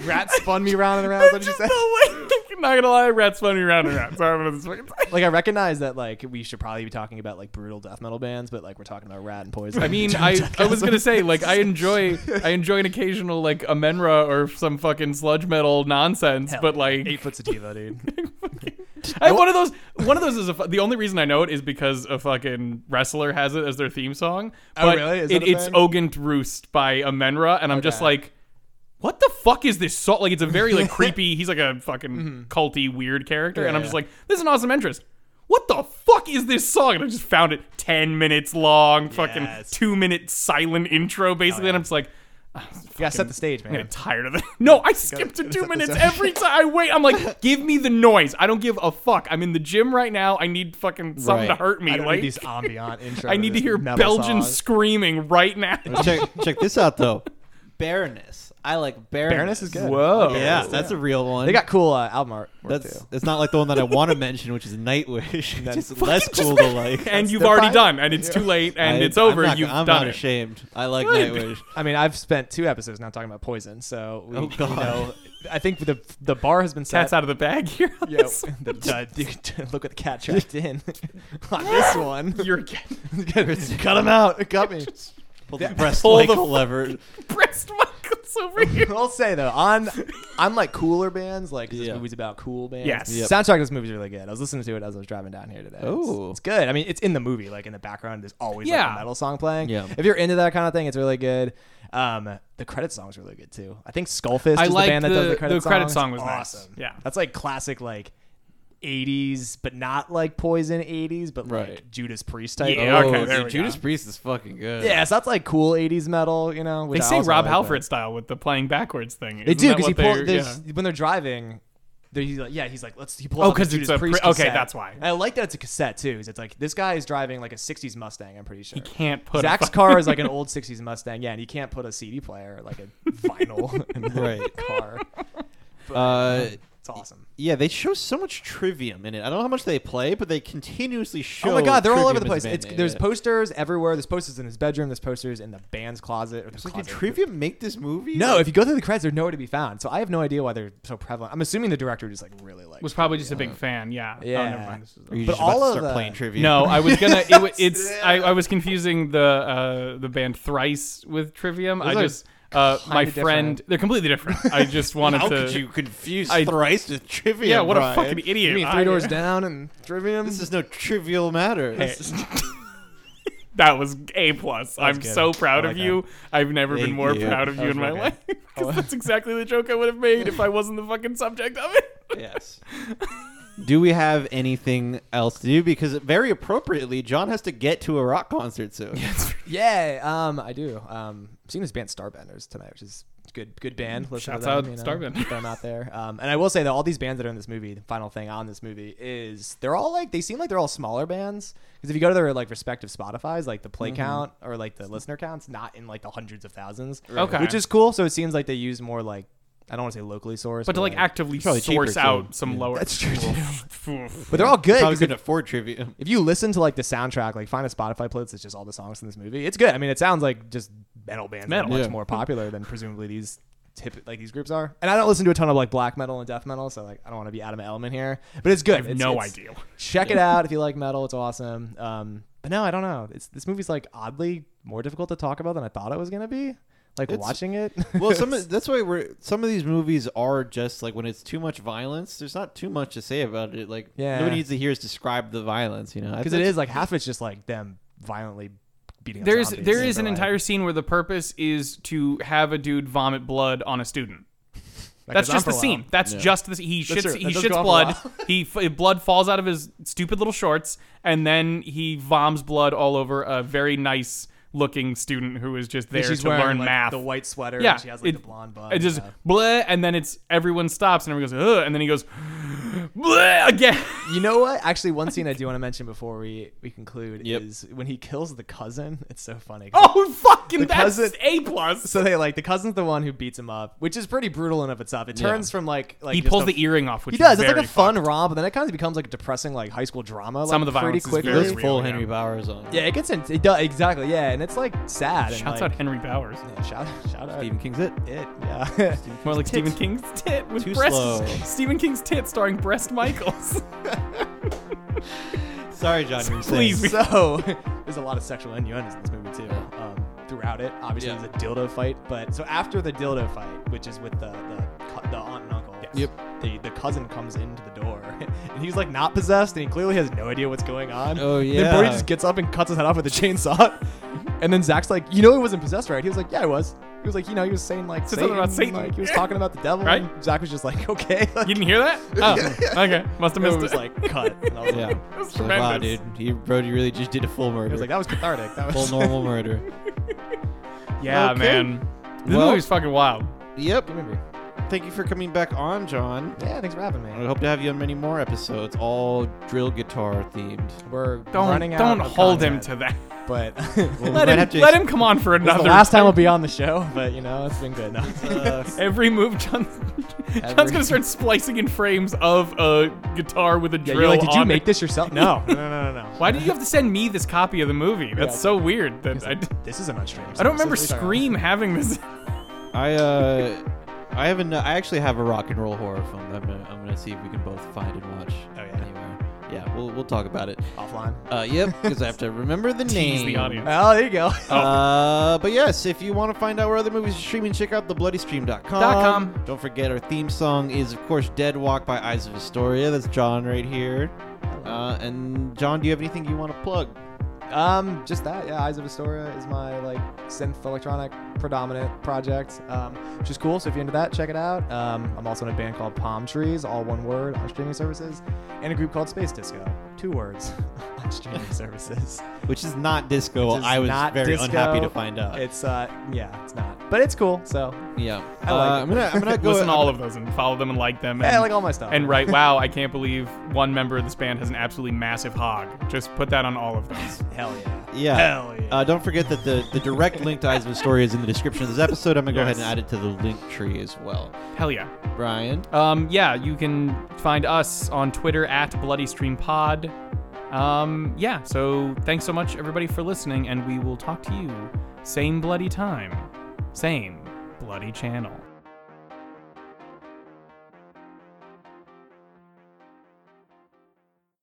S3: Rat spun me round and around.
S1: That's
S3: What did you
S1: just
S3: say?
S1: the way- I'm not gonna lie, rats spun me round and round. Sorry, I'm gonna fucking
S3: Like I recognize that like we should probably be talking about like brutal death metal bands, but like we're talking about Rat and Poison.
S1: I mean, I, I was gonna say like I enjoy I enjoy an occasional like Amenra or some fucking sludge metal nonsense,
S3: Hell,
S1: but like
S3: eight foot sativa, dude.
S1: I one of those. One of those is a, fu- the only reason I know it is because a fucking wrestler has it as their theme song.
S3: Oh,
S1: But
S3: really? Is
S1: it,
S3: that a
S1: it's
S3: thing?
S1: Ogent Roost by Amenra, and I'm just
S3: Okay.
S1: like, what the fuck is this song? Like, it's a very like creepy. He's like a fucking culty weird character, and I'm
S3: Mm-hmm. yeah.
S1: just like, this is an awesome interest. What the fuck is this song? And I just found it ten minutes long, fucking
S3: Yes.
S1: two minute silent intro, basically, and I'm just like.
S3: You gotta set the stage,
S1: I'm getting
S3: man.
S1: tired of it. No, I skip to two minutes every time. I wait. I'm like, give me the noise. I don't give a fuck. I'm in the gym right now. I need fucking something
S2: Right.
S1: to hurt me.
S3: I don't
S1: like,
S3: need these ambient intro.
S1: I need to
S3: this
S1: hear
S3: metal
S1: Belgian
S3: song.
S1: screaming right now.
S2: you. check check this out though, Baroness. I like Baroness.
S3: Baroness is good.
S1: Whoa.
S2: Yeah, that's a real one.
S3: They got cool uh, album art.
S2: That's
S3: too.
S2: it's not like the one that I want to mention, which is Nightwish. That's
S1: fucking
S2: less
S1: just-
S2: cool to like.
S1: and you've
S3: the
S1: already
S3: vibe.
S1: done, and it's too late, and
S2: I-
S1: it's over.
S2: I'm not,
S1: you've
S2: I'm
S1: done
S2: not
S1: it.
S2: ashamed. I like
S1: Good.
S2: Nightwish.
S3: I mean, I've spent two episodes now talking about poison, so we,
S2: Oh, God.
S3: you know, I think the the bar has been set.
S1: Cat's out of the bag here. on
S3: Yo,
S1: this.
S3: the, the, dude, look what the cat trapped in on this one.
S1: You're getting
S3: Cut him out. It got me.
S2: Pull the breast
S1: Pull
S2: like
S1: the
S2: a lever.
S1: breast Michaels over here.
S3: I'll say though, on I'm like cooler bands, like 'cause this
S2: Yeah.
S3: movie's about cool bands.
S1: Yes.
S2: Yep.
S3: Soundtrack of this movie's really good. I was listening to it as I was driving down here today. It's-
S2: Ooh.
S3: It's, good. I mean, it's in the movie, like in the background, there's always like,
S1: Yeah.
S3: a metal song playing.
S2: Yeah.
S3: If you're into that kind of thing, it's really good. Um, the credit song's really good too. I think Skullfist
S1: I
S3: is the
S1: liked
S3: band that does
S1: the-
S3: the credit
S1: the
S3: song.
S1: credit
S3: It's
S1: song was nice.
S3: awesome.
S1: Yeah.
S3: That's like classic like 80s, but not like Poison 80s, but like
S2: Right.
S3: Judas Priest type.
S1: Yeah, okay,
S2: Oh, dude,
S1: there we
S2: Judas
S1: go.
S2: Priest is fucking good.
S3: Yeah, so that's like cool 80s metal, you know.
S1: They
S3: which I
S1: say
S3: also
S1: Rob
S3: like, but-
S1: Halford style with the playing backwards thing.
S3: they
S1: Isn't
S3: do
S1: that
S3: because he
S1: what
S3: pull,
S1: they're-
S3: there's
S1: yeah.
S3: when they're driving. They're, he's like, yeah, he's like, let's. He pulls
S1: Oh,
S3: out the
S1: 'cause
S3: Judas
S1: it's a
S3: Priest
S1: pre- okay,
S3: cassette.
S1: that's why.
S3: And I like that it's a cassette too. Is it's like this guy is driving like a '60s Mustang. I'm pretty sure.
S1: He can't put a
S3: Zach's
S1: fucking-
S3: car is like an old '60s Mustang. Yeah, and he can't put a CD player like a vinyl in the
S2: Right.
S3: car.
S2: Uh,
S3: It's awesome.
S2: yeah, they show so much trivium in it. I don't know how much they play, but they continuously show.
S3: Oh my god, they're all over the
S2: Trivium as
S3: place.
S2: a band
S3: It's,
S2: name.
S3: there's
S2: Yeah.
S3: posters everywhere. There's posters in his bedroom. There's posters in the band's closet. Or the
S2: It's like, did
S3: closet.
S2: Trivium make this movie?
S3: no, if you go through the credits, they're nowhere to be found. So I have no idea why they're so prevalent. I'm assuming the director just like really likes.
S1: was probably just a big fan. Yeah. Oh, never
S3: Yeah.
S1: mind. This is-
S2: Are you
S3: But
S2: just about
S3: all
S2: to
S3: of
S2: start
S3: the-
S2: playing Trivium.
S1: No, I was gonna. It, wa- it's I, I was confusing the uh, the band Thrice with Trivium. I
S3: Those are
S1: just uh, my
S3: kinda
S1: friend. They're completely different. I just wanted
S2: How
S1: to.
S2: could you confuse
S1: I-
S2: thrice with Trivium?
S1: yeah, what
S2: Brian?
S1: a fucking idiot!
S3: You mean
S1: I-
S3: Three Doors Down and Trivium?
S2: This is no trivial matter. This is-
S1: That was a plus. I'm
S3: good.
S1: so proud
S3: I
S1: of
S3: like
S1: you. I've never been
S2: Thank
S1: more
S2: you.
S1: proud of
S3: That
S1: you
S3: was
S1: in my
S3: really
S1: life. 'Cause that's exactly the joke I would have made if I wasn't the fucking subject of it.
S2: Yes. Do we have anything else to do? Because very appropriately, John has to get to a rock concert soon.
S3: Yeah, um, I do. Um, I've seen this band Starbenders tonight, which is good, good band. Listen
S1: Shouts
S3: to them,
S1: out
S3: you know,
S1: Starbenders.
S3: Get them out there. Um, and I will say that all these bands that are in this movie, the final thing on this movie is they're all like they seem like they're all smaller bands because if you go to their like respective Spotify's, like the play count or like the listener counts, not in like the hundreds of thousands.
S1: Okay.
S3: which is cool. So it seems like they use more like I don't want to say locally sourced,
S1: But to like actively
S2: Probably cheaper,
S1: source
S2: too.
S1: out some lower.
S3: That's true,
S1: too.
S3: but they're all good.
S2: Probably
S3: 'cause
S2: couldn't afford Trivium.
S3: if you listen to like the soundtrack, like find a Spotify playlist that's just all the songs in this movie. It's good. I mean, it sounds like just metal bands that are
S1: Metal.
S3: much
S2: Yeah.
S3: more popular than presumably these tip like these groups are. And I don't listen to a ton of like black metal and death metal, so like I don't want to be Adam Element here, but it's good.
S1: I have
S3: It's-
S1: no
S3: it's-
S1: idea.
S3: Check it out if you like metal. It's awesome. Um, but no, I don't know. It's this movie's like oddly more difficult to talk about than I thought it was gonna be. Like
S2: It's-
S3: watching it.
S2: Well, some of, that's why we're some of these movies are just like when it's too much violence. There's not too much to say about it. Like
S3: Yeah.
S2: nobody needs to hear us describe the violence. You know,
S3: because it is like half of it's just like them violently beating up
S1: There's
S3: zombies.
S1: there is an
S3: They're like-
S1: entire scene where the purpose is to have a dude vomit blood on a student.
S3: that
S1: That's
S3: goes on
S1: just
S3: for
S1: the
S3: a while.
S1: scene. That's just the he
S3: That's
S1: shits
S3: true.
S1: he
S3: That does go
S1: shits
S3: on
S1: blood.
S3: for a
S1: He f- blood falls out of his stupid little shorts, and then he vomits blood all over a very nice looking student who is just there
S3: She's
S1: to
S3: wearing
S1: learn
S3: like,
S1: math.
S3: the white sweater.
S1: Yeah,
S3: and she has like
S1: it-
S3: the blonde bun.
S1: It just
S3: yeah.
S1: bleh, and then it's everyone stops and everyone goes Ugh, and then he goes bleh again.
S3: You know what? Actually, one scene I do want to mention before we we conclude
S2: Yep.
S3: is when he kills the cousin. It's so funny. 'cause
S1: Oh fucking
S3: The
S1: that's
S3: cousin-
S1: a plus.
S3: So they like the cousin's the one who beats him up, which is pretty brutal in of itself. It turns from like like
S1: He
S3: just
S1: pulls
S3: a-
S1: the earring off, which
S3: he
S1: Is
S3: does. It's like a
S1: very
S3: fun romp, and then it kind of becomes like a depressing like high school drama.
S1: Some
S3: like,
S1: of the
S3: pretty
S1: violence is
S3: quickly.
S1: very
S2: There's
S1: real,
S2: full
S1: yeah.
S2: Henry Bowers on.
S3: Yeah, it gets in. It does exactly. Yeah, and it's like sad. and,
S1: Shouts
S3: like,
S1: out Henry Bowers.
S3: yeah, shout shout out
S2: Stephen King's it.
S3: it. Yeah.
S1: More like Stephen
S2: Tits.
S1: King's tit with
S2: Too
S1: breast.
S2: slow.
S1: Stephen King's tit starring Breast Michaels.
S2: Sorry, John. you were
S1: Please,
S2: saying-
S3: so there's a lot of sexual innuendos in this movie too. Um, throughout it, obviously
S2: Yeah.
S3: there's a dildo fight, but so after the dildo fight, which is with the the, cu- the aunt and uncle,
S2: Yep.
S3: the the cousin comes into the door, and he's like not possessed, and he clearly has no idea what's going on.
S2: Oh,
S3: And then Brody
S2: yeah.
S3: just gets up and cuts his head off with a chainsaw, and then Zach's like, you know, he wasn't possessed, right? He was like, yeah, I was. He was like, you know, he was saying like
S1: Said
S3: Satan,
S1: something about Satan.
S3: like he was
S1: Yeah.
S3: talking about the devil.
S1: Right.
S3: and Zach was just like, okay, like,
S1: you didn't hear that? Oh, okay. Must have
S3: it
S1: missed
S3: was
S1: it.
S3: like cut. And I was
S2: Yeah.
S3: like,
S1: was
S2: It's like, wow,
S1: tremendous.
S2: dude. He, Brody really just did a full murder.
S3: I was like, oh. that was cathartic. That was
S2: full normal murder.
S1: yeah,
S2: Okay.
S1: man. This
S2: Well-
S1: movie's fucking wild.
S2: Yep.
S3: movie.
S2: Thank you for coming back on, John.
S3: Yeah, thanks for having me.
S2: I hope to have you on many more episodes, all drill guitar themed.
S3: We're
S1: Don't
S3: running out.
S1: don't
S3: of
S1: hold him
S3: content,
S1: to that.
S3: But
S2: Well,
S1: Let
S2: might
S1: him,
S2: have to
S1: let
S2: ex-
S1: him come on for
S3: It's
S1: another.
S3: the last time we'll be on the show. But you know, it's been good. No. Uh,
S1: Every move, John's, John's
S3: Every-
S1: gonna start splicing in frames of a guitar with a
S3: Yeah,
S1: drill.
S3: you're like, did you
S1: on
S3: make
S1: it."
S3: this yourself? No, no, no, no, no.
S1: Why did you have to send me this copy of the movie? That's
S3: Yeah.
S1: so weird. That I, d-
S3: This isn't on stream.
S1: I don't remember
S3: This is what we
S1: Scream having this.
S2: I uh, I haven't. I actually have a rock and roll horror film. That I'm gonna, I'm gonna see if we can both find and watch.
S3: Oh, yeah.
S2: Anywhere. Yeah, we'll we'll talk about it.
S3: talked about. Offline.
S2: Uh, yep, because I have to remember the
S1: Tease
S2: name.
S1: the audience. Oh.
S3: Oh, there you go.
S2: Uh, but yes, if you want to find out where other movies are streaming, check out thebloodystream.com.
S1: Dot com.
S2: Don't forget our theme song is of course "Dead Walk" by Eyes of Historia. That's John right here. Uh, and John, do you have anything you want to plug?
S3: Um, just that. Yeah, Eyes of Astoria is my like synth electronic predominant project, um, which is cool. So if you're into that, check it out. Um, I'm also in a band called Palm Trees, all one word on streaming services, and a group called Space Disco, two words on streaming services.
S2: Which is not disco.
S3: Which is
S2: I was
S3: not
S2: very
S3: disco.
S2: unhappy to find out.
S3: It's uh, yeah, it's not, but it's cool. So
S2: yeah,
S3: I like
S2: Uh,
S3: it.
S2: I'm gonna I'm gonna go
S1: Listen to
S2: I'm-
S1: all of those and follow them and like them.
S3: yeah,
S1: and-
S3: like all my stuff.
S1: and write, wow, I can't believe one member of this band has an absolutely massive hog. Just put that on all of those.
S3: hell yeah,
S2: Yeah.
S3: hell yeah.
S2: Uh, don't forget that the, the direct link to Eyes of Astoria is in the description of this episode. I'm going to go ahead
S1: Yes.
S2: and add it to the link tree as well.
S1: Hell yeah.
S2: Brian,
S1: Um, yeah, you can find us on Twitter at Bloody Stream Pod. Um, yeah, so thanks so much, everybody, for listening, and we will talk to you same bloody time, same bloody channel.